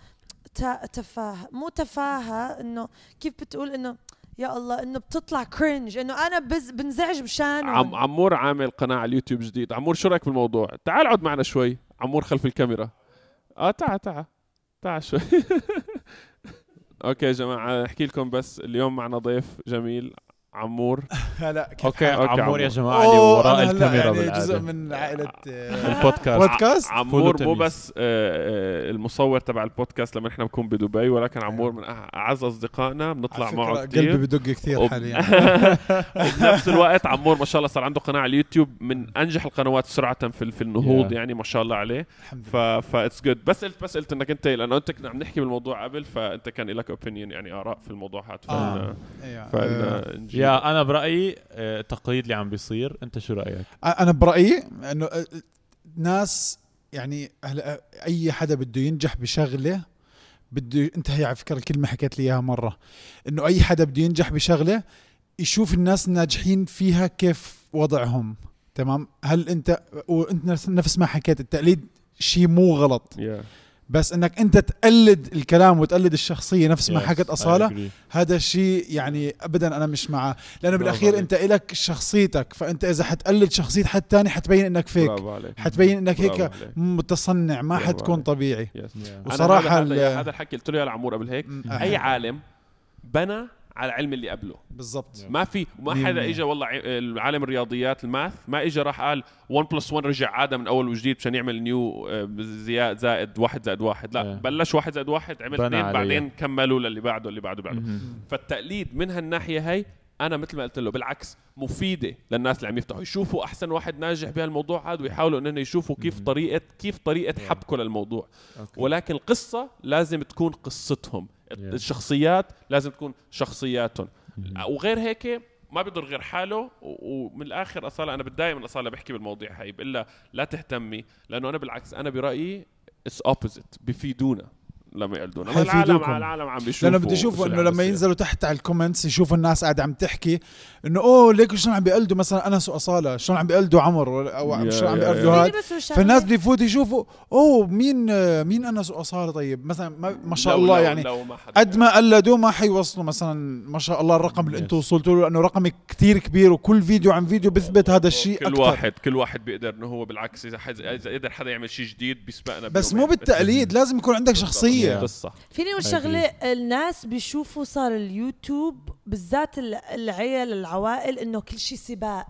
A: تا- تفاهه مو تفاهه انه كيف بتقول انه يا الله انه بتطلع كرنج انه انا بز بنزعج بشان
C: عم عمور عامل قناه على اليوتيوب جديد عمور شو رايك بالموضوع تعال اقعد معنا شوي عمور خلف الكاميرا اه تعال تعال تعال شوي اوكي يا جماعه احكي لكم بس اليوم معنا ضيف جميل عمور
E: هلا كيف
B: اوكي
E: حالك؟
C: أوكي،
B: عمور يا
C: عمور.
B: جماعه اللي
E: أوه،
B: وراء
E: أنا هلأ
B: الكاميرا
E: يعني
B: بالعاده
E: جزء من عائلة آه،
B: البودكاست
E: بودكاست
B: فول
C: ع- عمور مو
B: وتلميذ.
C: بس آه، آه، المصور تبع البودكاست لما نحن بنكون بدبي ولكن عمور من أع- اعز اصدقائنا بنطلع
E: على
C: معه
E: فكرة
C: كثير
E: قلبي بدق كثير
C: وب-
E: حاليا
C: وبنفس الوقت عمور ما شاء الله صار عنده قناه على اليوتيوب من انجح القنوات سرعه في في النهوض
B: Yeah.
C: يعني ما شاء الله عليه
E: الحمد
C: ف فاتس جود بس قلت بس قلت انك انت لانه انت كنا عم نحكي بالموضوع قبل فانت كان لك اوبينيون يعني اراء في الموضوعات
E: آه.
C: فال
E: لله آه،
C: فال
B: يا انا برايي آه، التقليد اللي عم بيصير انت شو رايك؟
E: انا برايي انه آه، ناس يعني هلا اي حدا بده ينجح بشغله بده انت هي على فكره الكلمه حكيت لي اياها مره انه اي حدا بده ينجح بشغله يشوف الناس الناجحين فيها كيف وضعهم تمام هل انت وانت نفس- نفس ما حكيت التقليد شيء مو غلط
C: يا
E: بس انك انت تقلد الكلام وتقلد الشخصيه نفس ما
B: Yes,
E: حكت
B: I
E: اصاله
B: agree.
E: هذا شيء يعني ابدا انا مش معاه
B: برافو
E: لانه بالاخير
B: عليك.
E: انت الك شخصيتك فانت اذا حتقلد شخصيه حد تاني حتبين انك فيك
C: برافو عليك
E: حتبين انك
C: برافو
E: هيك
C: عليك.
E: متصنع ما
C: برافو
E: حتكون
C: عليك.
E: طبيعي
C: Yes.
B: Yeah.
C: أنا
E: وصراحة
C: هذا-
E: ال- أه.
C: هذا هذا الحكي قلت له يا لعمور قبل هيك
E: م-
C: اي عالم بنى على العلم اللي قبله
E: بالضبط
B: Yeah.
C: ما في ما
E: مية
C: حدا
E: بالمية.
C: اجى والله عي- العالم الرياضيات الماث ما اجى راح قال 1 بلس 1 رجع عاده من اول وجديد مشان يعمل نيو زياد زائد واحد زائد واحد لا
B: إيه.
C: بلش واحد زائد واحد عمل
B: بنى
C: اثنين
B: عليه.
C: بعدين كملوا للي بعده اللي بعده بعده
B: مهم.
C: فالتقليد من هالناحيه هي انا مثل ما قلت له بالعكس مفيده للناس اللي عم يفتحوا يشوفوا احسن واحد ناجح بهالموضوع هذا ويحاولوا انهم يشوفوا كيف طريقه كيف طريقه
E: إيه.
C: حبكه للموضوع
B: أوكي.
C: ولكن القصه لازم تكون قصتهم الشخصيات لازم تكون شخصياتهم
E: Mm-hmm.
C: وغير هيك ما بيضر غير حاله و- ومن الاخر اصاله انا بتضايق من اصاله بحكي بالمواضيع هاي الا لا تهتمي لانه انا بالعكس انا برايي اتس اوبوزيت بفيدونا لما يقلدونا ما العالم
E: حيفيدوكم.
C: العالم عم بيشوفوا
E: لانه
C: شو
E: بده يشوفوا انه
C: عم
E: لما
C: بيصير.
E: ينزلوا تحت على الكومنتس يشوفوا الناس قاعده عم تحكي انه اوه ليكوا شلون عم بيقلدوا مثلا انس واصاله شلون عم بيقلدوا عمر ولا- او
C: يا-
E: شلون عم
C: يا-
E: بيقلدوا
C: يا.
E: هاد
A: بس هو شغلة.
E: فالناس بده يفوت يشوفوا اوه مين آه، مين انس واصاله طيب مثلا ما, ما شاء
C: لو-
E: الله
C: لو-
E: يعني
C: لو ما حدا-
E: قد ما قلدوه ما حيوصلوا مثلا ما شاء الله الرقم اللي انتم وصلتوا له لانه رقم كثير كبير وكل فيديو عن فيديو بثبت هذا الشيء
C: كل
E: اكثر
C: واحد كل واحد بيقدر انه هو بالعكس اذا حد اذا قدر حدا يعمل شيء جديد بيسبقنا
E: بس
C: بيومين.
E: مو بالتقليد لازم يكون عندك شخصيه
C: قصه
A: فيني اقول
B: I
A: شغله الناس بيشوفوا صار اليوتيوب بالذات ال- العيال العوائل انه كل شيء سباق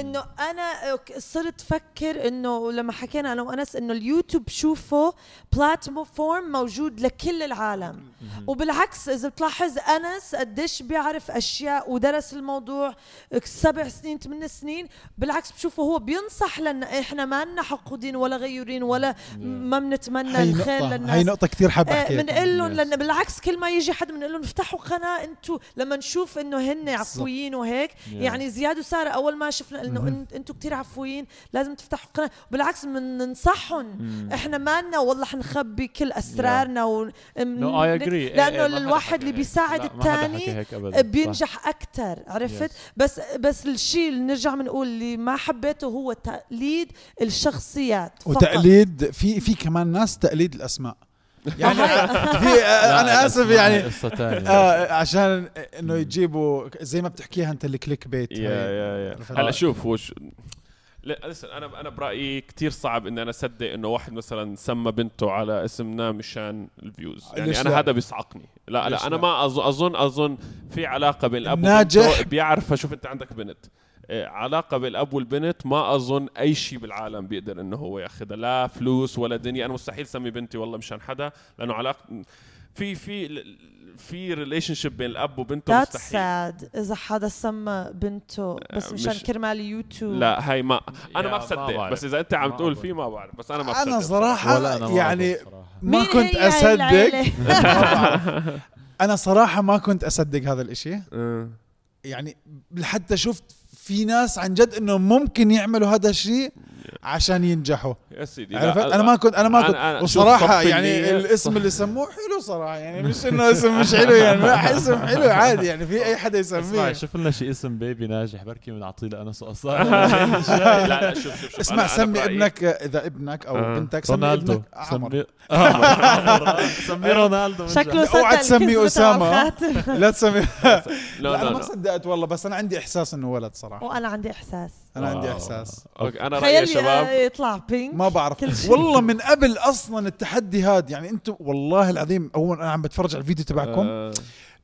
A: انه انا أوك- صرت فكر انه لما حكينا انا وانس انه اليوتيوب شوفه بلاتفورم موجود لكل العالم وبالعكس اذا بتلاحظ انس قديش بيعرف اشياء ودرس الموضوع سبع سنين ثمان سنين بالعكس بشوفه هو بينصح لنا احنا ما لنا حقودين ولا غيورين ولا ما بنتمنى
E: هاي
A: الخير
E: نقطة
A: للناس
E: هاي نقطة كثير حابة
A: آه،
E: احكيها
A: بنقول لهم
B: Yes.
A: لان بالعكس كل ما يجي حد بنقول لهم افتحوا قناه انتم لما نشوف انه هن عفويين وهيك يعني زياد وساره اول ما شفنا انه انتم كثير عفويين لازم تفتحوا قناه بالعكس بننصحهم احنا مالنا والله حنخبي كل اسرارنا ون...
B: No, I agree. إيه، إيه، ما
A: لانه
B: حدا
A: الواحد
B: حكى
A: اللي
B: هيك.
A: بيساعد
B: لا، ما حدا حكى
A: الثاني
B: هيك أبداً. صح.
A: بينجح اكثر عرفت
B: Yes.
A: بس بس الشيء اللي نرجع بنقول اللي ما حبيته هو تقليد الشخصيات فقط.
E: وتقليد في في كمان ناس تقليد الاسماء يعني في آه،
B: لا،
E: انا اسف
B: الأسماء هي
E: يعني
B: قصه ثانيه
E: آه عشان انه يجيبوا زي ما بتحكيها انت الكليك بيت
C: يا
E: هاي.
C: يا يا
E: عرفت؟
C: هلا شوف وش لا لسن انا انا برايي كتير صعب ان انا اصدق انه واحد مثلا سمى بنته على اسمنا مشان الفيوز يعني
E: ليش
C: انا
E: لا؟
C: هذا بيصعقني لا
E: ليش
C: لا انا
E: لا؟
C: ما أظن, اظن اظن في علاقه بين الاب
E: الناجح-
C: وبنته بيعرف شوف انت عندك بنت آه، علاقه بين الاب والبنت ما اظن اي شيء بالعالم بيقدر انه هو ياخذها لا فلوس ولا دنيا انا مستحيل سمي بنتي والله مشان حدا لانه علاقه في في في ريليشن شيب بين الاب وبنته
A: That's
C: مستحيل
A: sad إذا حدا سمى بنته بس
C: آه،
A: مشان
C: مش-
A: كرمال يوتيوب
C: لا هاي ما
B: يا
C: انا ما
B: ما
C: بصدق
B: بعرف.
C: بس اذا انت عم
B: ما
C: تقول
B: بعرف.
C: فيه ما بعرف بس انا ما بصدق
E: انا
B: ولا
E: صراحه
B: انا ما
E: يعني
B: بعرف صراحة.
E: ما
A: مين
E: كنت
A: هي
E: اصدق
A: العيلة؟
E: انا صراحه ما كنت اصدق هذا الاشي
C: آه.
E: يعني لحتى شفت في ناس عن جد انه ممكن يعملوا هذا الشيء عشان ينجحوا
C: يا سيدي لا،
E: عرفت انا ما كنت انا ما
C: أنا-
E: كنت
C: أنا- شوف،
E: وصراحه
C: صف
E: يعني
C: النية-
E: الاسم اللي سموه حلو صراحه يعني مش انه اسم مش حلو يعني لا اسم حلو عادي يعني في اي حدا
B: اسمع
E: يسميه
B: شوف لنا شي اسم بيبي ناجح بركي بنعطيه لانس قصار
C: لا لا شوف شوف شوف
E: اسمع
C: أنا- أنا
E: سمي
C: برأيي-
E: ابنك اذا ابنك
C: آه.
E: او بنتك سمي
B: رونالدو
E: ابنك عمر
B: سمي آه، سمي رونالدو
A: شكله
E: لا، اوعى
A: صدق
E: تسمي
A: الكذبة
E: أسامة.
A: تبع الخاتم.
E: لا تسمي لا
C: لا
E: انا
C: لا
E: ما
C: لا
E: صدقت والله بس انا عندي احساس انه ولد صراحه
A: وانا عندي احساس
E: انا عندي
B: واو.
E: احساس
C: أوكي، انا رايي يا
A: تخيل آه،
C: شباب
A: يطلع بينك
E: ما بعرف والله من قبل اصلا التحدي هاد يعني انتم والله العظيم اول انا عم بتفرج على الفيديو تبعكم
C: آه.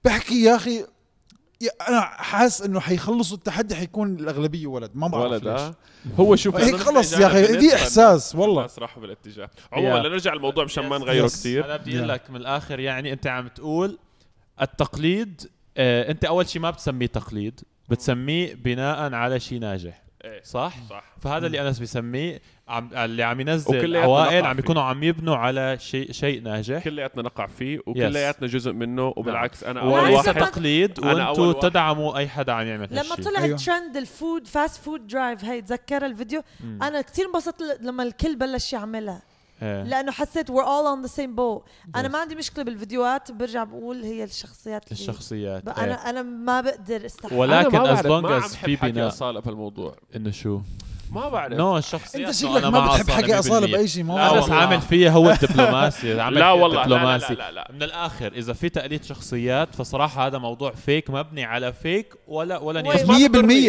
E: بحكي يا اخي يا انا حاسس انه حيخلصوا التحدي حيكون الاغلبيه ولد ما بعرف
C: ولد
E: ليش
C: آه. هو شوف
E: هيك
C: أظن
E: خلص
C: الاتجاه
E: يا أخي،
C: البنات
E: دي
C: فن-
E: إحساس، والله.
C: الناس راحوا بالاتجاه عموما
B: Yeah.
C: لنرجع للموضوع مشان ما
B: Yes.
C: نغيره
E: Yes.
C: كثير
B: انا بدي اقول
E: Yeah.
B: لك من الاخر يعني انت عم تقول التقليد آه، انت اول شيء ما بتسميه تقليد بتسميه بناء على شيء ناجح
C: إيه.
B: صح
C: صح
B: فهذا اللي انس بيسميه عم اللي عم ينزل
C: وكلياتنا
B: عوائل
C: نقع
B: عم
C: فيه.
B: يكونوا عم يبنوا على شيء شيء ناجح
C: كلياتنا نقع فيه وكلياتنا جزء
B: نعم.
C: منه وبالعكس انا اول
B: وليس
C: واحد
A: صدق.
B: تقليد
C: أنا أول
B: وانتم
C: واحد.
B: تدعموا اي حدا عم يعمل
A: لما
B: هالشيء
A: طلع
E: أيوة.
A: أيوه. ترند الفود فاست فود درايف هي تذكر الفيديو
B: مم.
A: انا كثير انبسطت ل- لما الكل بلش يعملها
B: إيه.
A: لانه حسيت we're all on the same boat انا
B: Yes.
A: ما عندي مشكله بالفيديوهات برجع بقول هي الشخصيات اللي
B: الشخصيات
A: ب-
B: إيه.
A: انا انا ما بقدر استحمل
B: ولا- ولكن
C: أنا ما
B: as
C: بعرف، ما
B: long
C: عم
B: as
C: بحب
B: في
C: حكي
B: بناء.
C: اصاله بهالموضوع
B: انه شو
C: ما بعرف
B: نو الشخصيات
E: انت
B: no،
E: شكلك
B: أنا
E: ما
B: مع
E: بتحب
B: أصالة
E: حكي اصاله
B: 100%.
E: باي شيء ما
C: إيه. لا
B: انس
E: بعرف.
C: والله.
B: عامل فيها هو الدبلوماسي عامل
C: لا
B: فيها
C: والله لا لا
B: الدبلوماسي
C: لا, لا.
B: من الاخر اذا في تقليد شخصيات فصراحه هذا موضوع فيك مبني على فيك ولا ولا
A: وي-
B: ينجح.
A: ما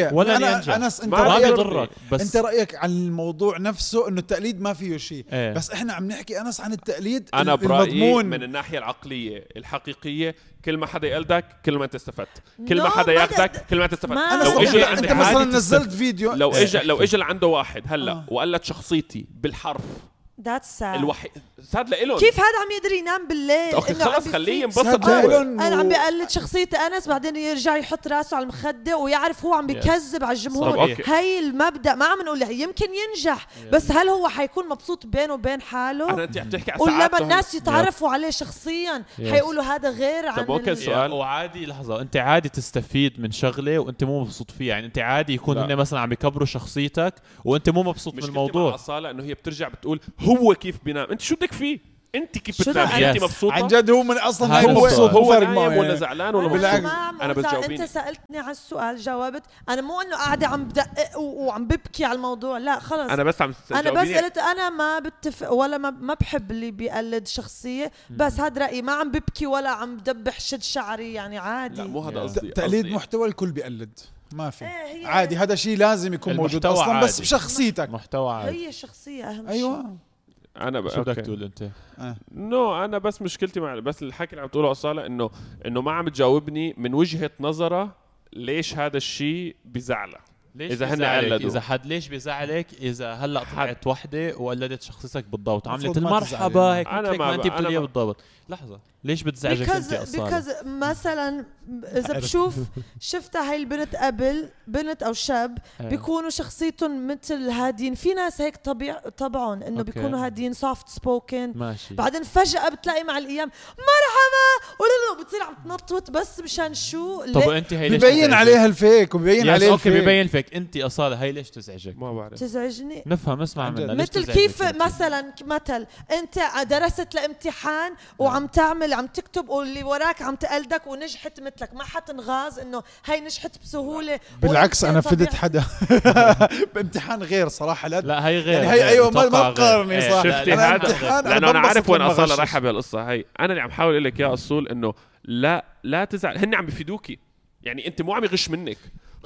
E: 100%
B: ولا
E: انا
B: ينجح.
E: انس انت
C: ما
B: ما
E: رايك
B: بيضرك
E: انت
B: بس
E: رايك عن الموضوع نفسه انه التقليد ما فيه شيء
B: إيه.
E: بس احنا عم نحكي انس عن التقليد
C: انا
E: ال-
C: برايي
E: المضمون
C: من الناحيه العقليه الحقيقيه كل ما حدا يقلدك كل ما انت استفدت كل ما
A: No،
C: حدا
A: ما
C: ياخذك
A: بدي-
C: كل ما انت استفدت
A: ما-
E: انا
C: لو اجى
E: صدق
C: عندي
E: انت مثلا
C: عادي
E: نزلت فيديو
C: لو
E: إيه.
C: اجى لو اجى لعندو واحد هلا
E: آه.
C: وقلد شخصيتي بالحرف
A: That's sad.
C: الوحيد صار لإلهم
A: آه. كيف هذا عم يقدر ينام بالليل
C: اوكي
A: إنه عم
C: خلص
A: بي-
C: خليه
E: صار
C: ينبسط هو.
E: لإلن
A: انا عم
E: و-
A: بقلد شخصيه انس بعدين يرجع يحط راسه على المخده ويعرف هو عم
B: Yes.
A: بيكذب على
C: طب
A: الجمهور
C: أوكي.
A: هي المبدا ما عم نقول يمكن ينجح بس هل هو حيكون مبسوط بينه وبين حاله
C: انا انت عم تحكي على
A: ولما
C: سعادته.
A: الناس يتعرفوا عليه شخصيا حيقولوا هذا غير عن
C: طب ممكن
A: ال-
C: سؤال- سؤال.
B: وعادي لحظه انت عادي تستفيد من شغله وانت مو مبسوط فيها يعني انت عادي يكون
C: لا.
B: هن مثلا عم يكبروا شخصيتك وانت مو مبسوط من
C: مشكلتي مع
B: الموضوع
C: اصاله انه هي بترجع بتقول هو كيف بينام انت شو بدك فيه انت كيف
A: شو
C: بتنام
A: بدك-
C: انت
B: Yes.
C: مبسوطه
E: عن جد هو من اصلا هيك
B: هذا
E: مبسوط
B: السؤال.
E: مو
C: هو
E: فارق معه
C: نايم ولا
E: يعني.
C: زعلان ولا
A: أنا
E: بالعكس.
C: مبسوط
A: ما عم
C: أنا بس
A: أزعل.
C: جاوبيني.
A: انت سالتني على السؤال جاوبت انا مو انه قاعده عم بدقق و- وعم ببكي على الموضوع لا خلص
C: انا بس عم
A: انا بس
C: تجاوبيني.
A: قلت انا ما بتفق ولا ما, ما بحب اللي بيقلد شخصيه بس هاد رايي ما عم ببكي ولا عم بدبح شد شعري يعني عادي
C: لا مو هذا
B: Yeah.
C: قصدي
E: تقليد
C: قصدي-
E: محتوى الكل بيقلد ما في
A: إيه، هي-
E: عادي هذا شيء لازم يكون موجود
B: المحتوى
E: اصلا بس
B: عادي.
E: بشخصيتك
B: محتوى عادي
A: هي الشخصيه اهم شيء
C: أيوة.
E: ايوه
C: انا ب...
B: شو بدك
C: أوكي.
B: تقول انت؟
C: نو no, انا بس مشكلتي مع بس الحكي اللي عم تقوله اصاله انه انه ما عم تجاوبني من وجهه نظره ليش هذا الشيء بزعله
B: ليش
C: إذا هن
B: بيزعلك؟
C: قلدوا.
B: اذا حد ليش بيزعلك اذا هلا طلعت وحده وقلدت شخصيتك بالضبط عملت
E: المفروض ما تزعل
B: المرحبا
E: يعني.
B: هيك
C: أنا
B: مثل هيك
C: ما
B: ما انت
C: ب- أنا
B: بتقول إياه
C: ما-
B: بالضبط لحظه ليش بتزعجك انت
A: بيكز
B: اصلا
A: بيكز مثلا اذا بشوف شفتها هاي البنت قبل بنت او شاب بيكونوا شخصيتهم مثل هادين في ناس هيك طبيع طبعهم انه
B: أوكي.
A: بيكونوا هادين سوفت سبوكن
B: ماشي
A: بعدين فجأة بتلاقي مع الأيام مرحبا ولو بتصير عم تنطوت بس مشان شو
B: طب
A: ليه
B: انت هي ليش
E: ببين عليها الفيك وببين
B: يس
E: عليها
B: اوكي
E: الفيك
B: ببين فيك انت اصاله هي ليش تزعجك
C: ما بعرف
A: تزعجني
B: نفهم اسمع
E: عن جد.
B: منها ليش
A: مثل
B: تزعجك
A: كيف
B: أنت؟
A: مثلا ك- مثل انت ع- درست لامتحان وعم تعمل عم تكتب واللي وراك عم تقلدك ونجحت مثلك ما حتنغاز انه هي نجحت بسهوله
E: بالعكس
A: وأنت
E: انا فدت
A: طبيعتك-
E: حدا بامتحان غير صراحه لا
B: لا هي غير
E: يعني هي أيوة، ما-
B: متوقعة
E: ما تقارني
B: غير. إيه،
E: صح.
B: لا،
C: شفتي
B: لا،
C: هذا؟
B: لا، لا.
E: أنا
C: لانه انا
E: بنبسط
C: عارف وين
E: لما
C: اصاله
E: أغشش.
C: رايحه بهالقصه هي انا اللي عم حاول اقول لك يا اصول انه لا لا تزعل هن عم بيفيدوكي يعني انت مو عم يغش منك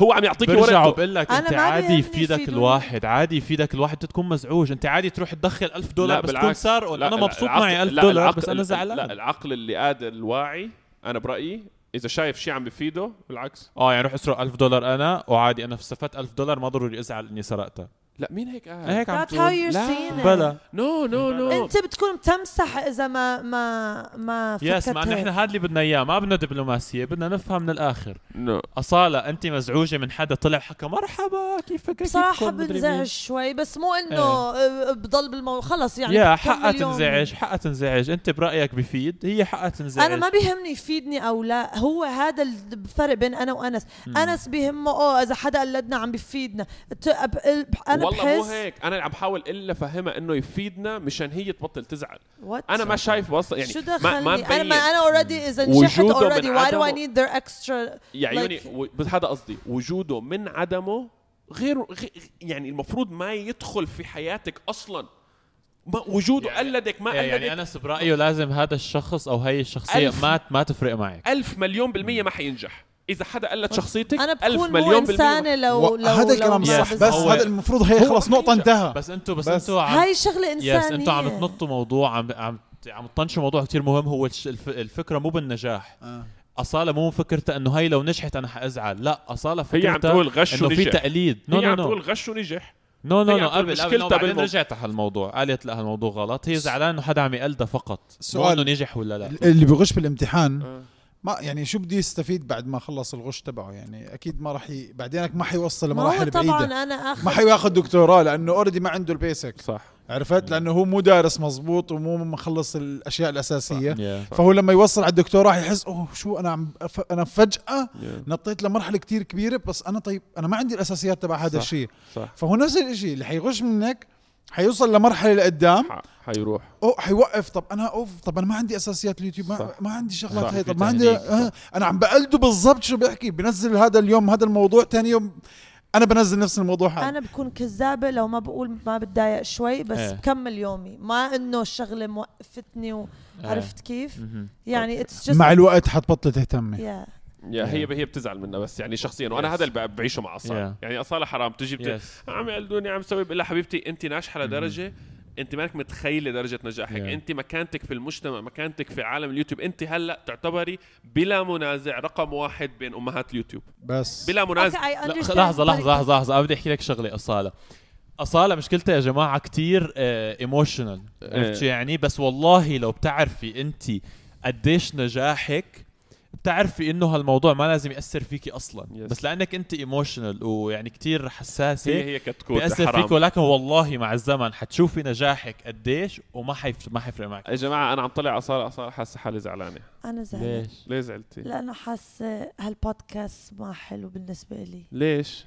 C: هو عم يعطيك
B: برجع
C: ورقته
B: وبقول لك
A: أنا
B: انت
A: ما
B: عادي
A: بيهمني
B: يفيدك
A: يفيدوني.
B: الواحد عادي يفيدك الواحد تكون مزعوج انت عادي تروح تدخل ألف دولار بس تكون سارقهم
C: لا،
B: انا
C: لا،
B: مبسوط
C: العقل-
B: معي ألف
C: لا،
B: دولار
C: العقل-
B: بس انا
C: لا
B: زعلان
C: العقل اللي قادر الواعي انا برايي اذا شايف شيء عم بفيده بالعكس
B: اه يعني روح اسرق ألف دولار انا وعادي انا استفدت ألف دولار ما ضروري ازعل اني سرقتها
C: لا مين هيك قاعد
B: هيك عم
A: That's how
B: تقول
A: you're
C: لا.
A: seeing it.
B: بلا
C: نو نو نو
A: انت بتكون متمسح اذا ما ما ما
B: يس ما
A: فكرت
B: نحن
A: هيك.
B: هذا اللي بدنا اياه ما بدنا دبلوماسيه بدنا نفهم من الاخر
C: نو
B: اصاله انت مزعوجه من حدا طلع حكى مرحبا كيفك كيفكم؟
A: بصراحة
B: مدري مين.
A: بنزعج شوي بس مو انه آه، بضل بالموضوع خلص يعني
B: يا
A: بتكمل
B: حقها
A: يوم.
B: تنزعج حقها تنزعج انت برايك بفيد هي حقها تنزعج
A: انا ما بيهمني يفيدني او لا هو هذا الفرق بين انا وانس
B: مم.
A: انس بيهمه اه اذا حدا قلدنا عم بيفيدنا ت- أب- ال- انا
C: والله مو
A: بحس
C: هيك انا عم حاول الا فهمها انه يفيدنا مشان هي تبطل تزعل
A: What?
C: انا ما شايف وصل يعني
A: شو
C: ما
A: دخلني
C: ما
A: انا ما
C: مبين
A: انا اوريدي اذا نجحت
C: وجوده من
A: اوريدي why do I
C: عدمه.
A: need their extra
C: يا عيوني
A: like-
C: يعني و- بس هذا قصدي وجوده من عدمه غير غ- يعني المفروض ما يدخل في حياتك اصلا ما وجوده
B: يعني-
C: قلدك ما
B: إيه،
C: قلدك
B: يعني انس برايه لازم هذا الشخص او هي الشخصيه
C: ألف.
B: ما ما تفرق معك
C: ألف مليون بالمية ما حينجح إذا حدا قلد شخصيتك
A: انا
C: ألف
A: بكون مو
C: مليون بالمية
A: انسانه لو
E: و-
A: لو
E: هذا
A: لو
E: الكلام
A: ما
E: الصح
B: yes.
E: بس
A: بزعل.
B: هو-
E: هذا المفروض هي خلص نقطة انتهى
B: بس انتوا بس,
E: بس-
B: انتوا عم
A: هاي شغله انسانيه
B: يس انتوا عم تنطوا موضوع عم عم عم تطنشوا موضوع كثير مهم هو الش- الف- الفكره مو بالنجاح
E: آه.
B: اصاله مو فكرتها انه هي لو نجحت انا حازعل لا اصاله
C: هي
B: فكرتها
C: عم تقول غش
B: انه في
C: ونجح
B: تقليد نو
C: هي
B: نو
C: يعني عم تقول
B: نو
C: غش ونجح
B: نو نو
C: هي
B: نو
C: عم
B: قبل قبل
C: تقول مشكلتها
B: نو، بعدين
C: بالموضوع.
B: رجعت على الموضوع قالت لا هالموضوع غلط هي زعلانه انه حدا عم يقلدها فقط مو
E: سؤال.
B: انه نجح ولا لا
E: اللي بغش بالامتحان
C: آه.
E: ما يعني شو بده يستفيد بعد ما خلص الغش تبعه يعني اكيد ما راح ي... بعدينك ما حيوصل
A: ما هو
E: لمراحل
A: طبعا
E: بعيده
A: انا
E: ما
A: اخذ
E: حياخذ دكتوراه لانه اوريدي ما عنده البيسك
C: صح
E: عرفت لانه هو مو دارس مزبوط ومو مخلص الاشياء الاساسيه
B: Yeah.
E: فهو لما يوصل على الدكتور راح يحس اوه شو انا عم أف- انا فجاه نطيت لمرحله كتير كبيره بس انا طيب انا ما عندي الاساسيات تبع هذا
C: صح.
E: الشيء
C: صح
E: فهو نفس الشيء اللي حيغش منك حيوصل لمرحله لقدام
C: ح- حيروح
E: او حيوقف طب انا اوف طب انا ما عندي اساسيات اليوتيوب ما,
C: صح.
E: ما عندي شغلات
B: صح،
E: هي
B: في
E: طب ما عندي
B: تهنيك.
E: آه انا عم بقلده بالضبط شو بيحكي بنزل هذا اليوم هذا الموضوع ثاني يوم انا بنزل نفس الموضوع هذا
B: نعم.
A: انا بكون كذابه لو ما بقول ما بتضايق شوي بس
B: إيه.
A: بكمل يومي ما انه الشغله موقفتني وعرفت كيف
B: إيه. مهم.
A: يعني اتس جست
E: مع الوقت حتبطل تهتمي
A: يا
C: يا هي هي بتزعل منه بس يعني شخصيا وانا
B: Yes.
C: هذا اللي بعيشه مع اصاله
B: Yeah.
C: يعني اصاله حرام تجي بت...
B: Yes. Mm-hmm.
C: عم يقلدوني عم سوي بقول لها حبيبتي انت ناجحه لدرجه انت مالك متخيله درجه نجاحك
B: Yeah.
C: انت مكانتك في المجتمع مكانتك في عالم اليوتيوب انت هلا تعتبري بلا منازع رقم واحد بين امهات اليوتيوب
E: بس
C: بلا منازع
B: لا خ- لحظه لحظه لحظه لحظه أنا بدي احكي لك شغله اصاله اصاله مشكلتها يا جماعه كتير ايموشنال عرفت
C: إيه.
B: شو يعني بس والله لو بتعرفي انت قديش نجاحك بتعرفي انه هالموضوع ما لازم ياثر فيكي اصلا
C: Yes.
B: بس لانك انت ايموشنال ويعني كتير حساسه
C: هي هي كتكوت
B: بيأثر
C: حرام
B: فيك ولكن والله مع الزمن حتشوفي نجاحك قديش وما حيف... ما حيفرق معك
C: يا جماعه انا عم طلع اصاله اصاله حاسه حالي زعلانه
A: انا زعلانه
C: ليه زعلتي؟
A: لانه حاسه هالبودكاست ما حلو بالنسبه لي
C: ليش؟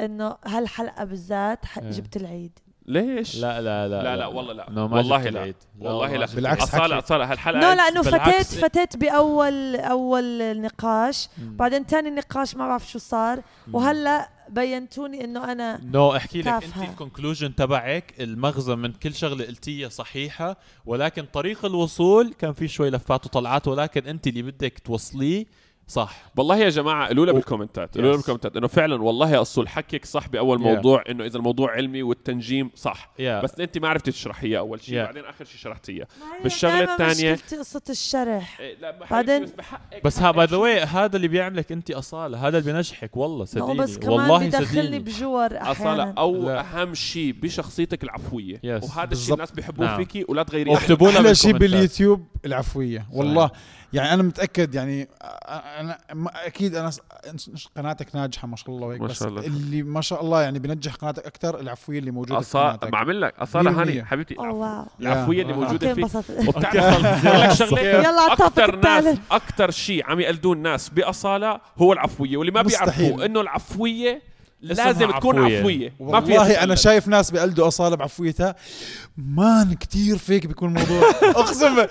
A: انه هالحلقه بالذات ح-
B: إيه.
A: جبت العيد
C: ليش؟
B: لا لا لا
C: لا لا والله لا
B: No, ما
C: والله
B: جبت
C: لا
B: العيد. لا،
C: والله
B: والله
C: لا
B: جبت
E: بالعكس العيد.
C: اصاله اصاله هالحلقه
A: لا لانه فتات
B: بالعكس.
A: فتات باول اول نقاش
B: مم.
A: بعدين تاني نقاش ما بعرف شو صار وهلا بينتوني انه انا
B: نو احكي لك انت
A: تافهة.
B: الكونكلوجن تبعك المغزى من كل شغله قلتيها صحيحه ولكن طريق الوصول كان في شوي لفات وطلعات ولكن انت اللي بدك توصليه صح
C: والله يا جماعه قولوا لنا بالكومنتات قولوا لنا
B: Yes.
C: بالكومنتات انه فعلا والله يا اصول حكيك صح باول
B: Yeah.
C: موضوع انه اذا الموضوع علمي والتنجيم صح
B: Yeah.
C: بس انت ما عرفتي تشرحيها اول شيء
B: Yeah.
C: بعدين اخر شيء شرحتيها بالشغلة
A: بالشغله
C: التانية-
A: الثانيه مشكلتي قصه الشرح
C: إيه، لا ما
A: بعدين-
C: حبيبتي، بس بحقك
B: بس ها باي ذا واي هذا اللي بيعملك انت اصاله هذا اللي بينجحك والله
A: هو
B: صدقني
A: بس كمان
B: والله
A: بيدخلني
B: صدقني
A: بجور
C: اصاله
A: احيانا
C: او
B: لا.
C: اهم شيء بشخصيتك العفويه
B: Yes.
C: وهذا الشيء
E: بالضبط.
C: الناس بيحبوه
B: نعم.
C: فيكي ولا تغيريه
B: واكتبوا لنا
E: احلى شيء
B: بالكومنتات.
E: باليوتيوب العفويه والله يعني انا متاكد يعني أ- انا ما- اكيد انا س- قناتك ناجحه ما شاء الله وهيك
C: ما
E: بس
C: شاء الله.
E: اللي ما شاء الله يعني بنجح قناتك اكثر العفويه اللي موجوده في
C: اصاله
E: قناتك
C: بعمل لك اصاله
E: مية
C: هاني
E: مية.
C: حبيبتي
A: اوه واو
C: العفويه اللي
B: Yeah.
C: موجوده
A: اوكي
C: فيك
A: انبسطت
C: وبتعرف بقول لك شغله
A: يلا على التوبيك
C: اكثر ناس
A: الثالث.
C: اكثر شيء عم يقلدوه الناس باصاله هو العفويه واللي ما بيعرفوه
E: مستحيل.
C: انه العفويه
B: اسمها
C: لازم تكون
B: عفوية.
C: عفويه ما فيها
E: والله انا
C: تتقلد.
E: شايف ناس بقلدوا اصاله بعفويتها مان كتير فيك بيكون الموضوع اقسم بالله.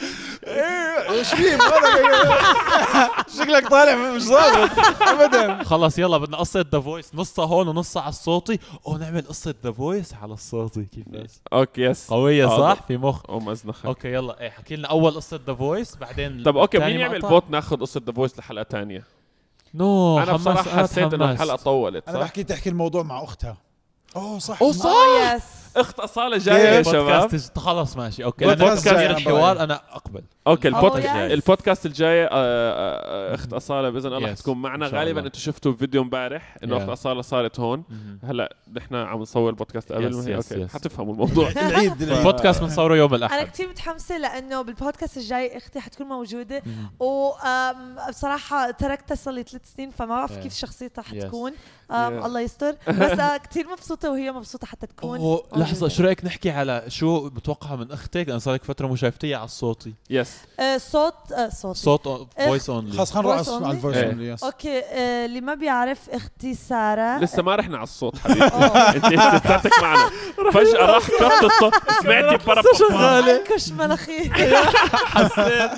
E: إيه، ايش فيه مالك؟ شكلك طالع مش ظابط ابدا
B: خلص يلا بدنا قصه ذا فويس نصها هون ونصها على الصوتي او نعمل قصه ذا فويس على الصوتي كيف بس
C: اوكي يس
B: قويه
C: آه،
B: صح في مخ
C: ام ازنخك
B: اوكي يلا ايه حكي لنا اول قصه ذا فويس بعدين
C: طب اوكي مين
B: تاني
C: يعمل
B: مقطع؟
C: فوت ناخذ قصه ذا فويس لحلقه تانية
B: نو
C: انا بصراحه حسيت انه الحلقه طولت
E: انا
C: صح
E: بحكي تحكي الموضوع مع اختها اوه صح
C: أوه، صح.
A: اوه يس
C: اخت اصاله
B: إيه،
C: جايه يا
E: كيف؟
C: شباب
B: بودكاست خلص ماشي اوكي
E: بودكاست
B: لأنه بودكاست
E: جاي.
B: غير الحوار انا اقبل
C: اوكي البودكاست
A: أوه، يس.
C: البودكاست الجاي آه، آه، آه، اخت اصاله باذن الله رح
B: Yes.
C: تكون معنا
B: إن شاء
C: غالبا
B: الله.
C: انتم شفتوا فيديو امبارح انه
B: Yeah.
C: اخت اصاله صارت هون هلا نحن عم نصور بودكاست قبل
B: Yes,
C: ما هي
B: yes,
C: اوكي
B: yes.
C: حتفهموا الموضوع
E: العيد العيد
B: البودكاست بنصوره يوم
A: انا
B: الاحد
A: كثير متحمسه لانه بالبودكاست الجاي اختي حتكون موجوده وبصراحه تركتها صار لي ثلاث سنين فما بعرف
B: Yeah.
A: كيف شخصيتها
B: Yes.
A: حتكون أم،
C: Yeah.
A: الله يستر بس آه، كثير مبسوطه وهي مبسوطه حتى تكون موجودة.
B: لحظة شو رأيك نحكي على شو بتوقعها من اختك؟ لأن صار لك فترة مو شايفتيها على الصوتي،
C: يس
A: آه، صوت آه، صوت
B: صوت فويس اونلي
E: خلاص خلينا نروح
A: Voice
E: على
A: only.
E: الفويس
C: إيه.
E: اونلي
A: اوكي آه، اللي ما بيعرف اختي ساره
C: لسه ما رحنا على الصوت حبيبي
A: أوه.
C: انت لساتك معنا فجاه راح كبت الصوت سمعتي برا
A: انكش مناخير
B: حسيت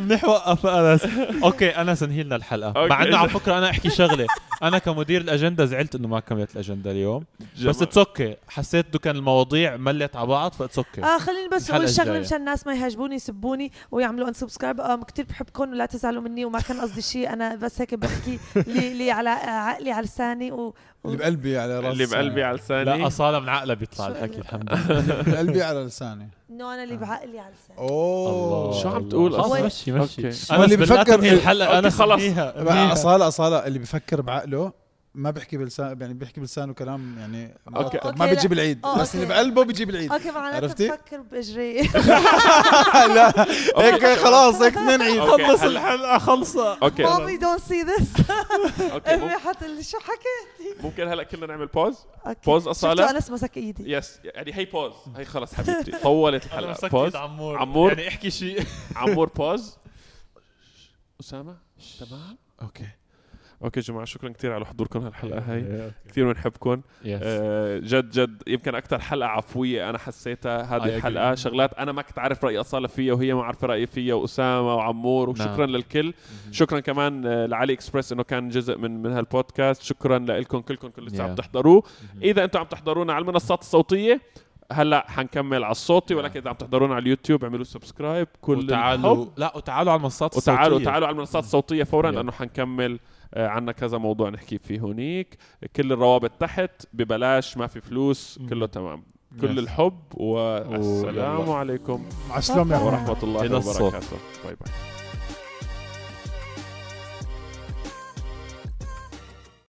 B: منيح وقف انس اوكي انس انهي لنا الحلقه
C: أوكي.
B: مع انه على فكره انا احكي شغله انا كمدير الاجنده زعلت انه ما كملت الاجنده اليوم بس اتس اوكي حسيت انه كان المواضيع ملت على بعض فاتس اوكي
A: اه خليني بس
B: الحلقة
A: اقول شغله
B: الجاية.
A: مشان الناس ما يهاجموني يسبوني ويعملوا ان سبسكرايب آه كثير بحبكم ولا تزعلوا مني وما كان قصدي شيء انا بس هيك بحكي لي, لي على آه، عقلي على لساني و...
E: اللي بقلبي على راسي
C: اللي بقلبي على
B: لا
C: لساني
B: اصاله من عقلها بيطلع
A: شو
B: الحكي
A: قلت؟
B: الحمد لله
E: بقلبي على لساني
A: انه انا اللي بعقلي على لساني
E: اوه
B: الله.
C: شو عم تقول
B: خلص
A: أصلاً؟
B: مشي مشي
C: أوكي.
E: هو
B: انس
E: اللي
B: بفكر
E: بفكر-
B: انهي الحلقه
C: أوكي،
B: انس
C: خلاص.
B: انهيها،
E: بقى
B: انهيها.
E: اصاله اصاله اللي بفكر بعقله ما بيحكي بلسان يعني بيحكي بلسانه كلام يعني
C: أوكي.
E: مرتب.
A: أوكي،
E: ما
A: لا.
E: بتجيب العيد
A: أوه،
E: بس
A: أوكي.
E: اللي بقلبه بتجيب العيد
A: اوكي معناتها
E: عرفتي؟
A: بفكر باجري
E: لا هيك خلاص هيك بدنا نعيد
C: أوكي،
B: خلص
C: هلا.
B: الحلقه خلصة
C: اوكي
A: مامي دونت سي ذس
C: اوكي مم-
A: حط اللي شو حكيت
C: ممكن هلا كلنا نعمل بوز
A: اوكي
C: Pause أصالة.
A: شفتوا انس مسك ايدي
C: يس يعني هي بوز هي خلص حبيبتي طولت
B: انا
C: الحلقه
B: مسكت
C: بوز
B: إيد عمور
C: عمور.
B: يعني احكي شيء
C: عمور بوز اسامه تمام اوكي اوكي جماعه شكرا كثير على حضوركم هالحلقه هاي كثير بنحبكم آه، جد جد يمكن اكثر حلقه عفويه انا حسيتها
B: I agree.
C: هذه الحلقه شغلات انا ما كنت عارف راي اصاله فيها وهي ما عارفه رايي فيها واسامه وعمور
B: نعم.
C: وشكرا للكل شكرا كمان آه، لعلي اكسبرس انه كان جزء من من هالبودكاست شكرا لكم كلكم كل اللي عم
B: Yeah.
C: تحضروه اذا انتم عم تحضرونا على المنصات الصوتيه هلا حنكمل على الصوتي
B: Yeah.
C: ولكن اذا عم تحضرونا على اليوتيوب اعملوا سبسكرايب كل
B: وتعالوا
C: الحب.
B: لا وتعالوا على المنصات
C: وتعالوا
B: الصوتية.
C: تعالوا على المنصات الصوتيه فورا
B: Yeah.
C: لانه حنكمل آه، عنا كذا موضوع نحكي فيه هونيك كل الروابط تحت ببلاش ما في فلوس
B: مم.
C: كله تمام
B: Yes.
C: كل الحب والسلام
B: ويلا.
C: عليكم
E: مع السلامه يا أخوان.
C: ورحمه الله
B: إلى الصوت.
C: وبركاته باي باي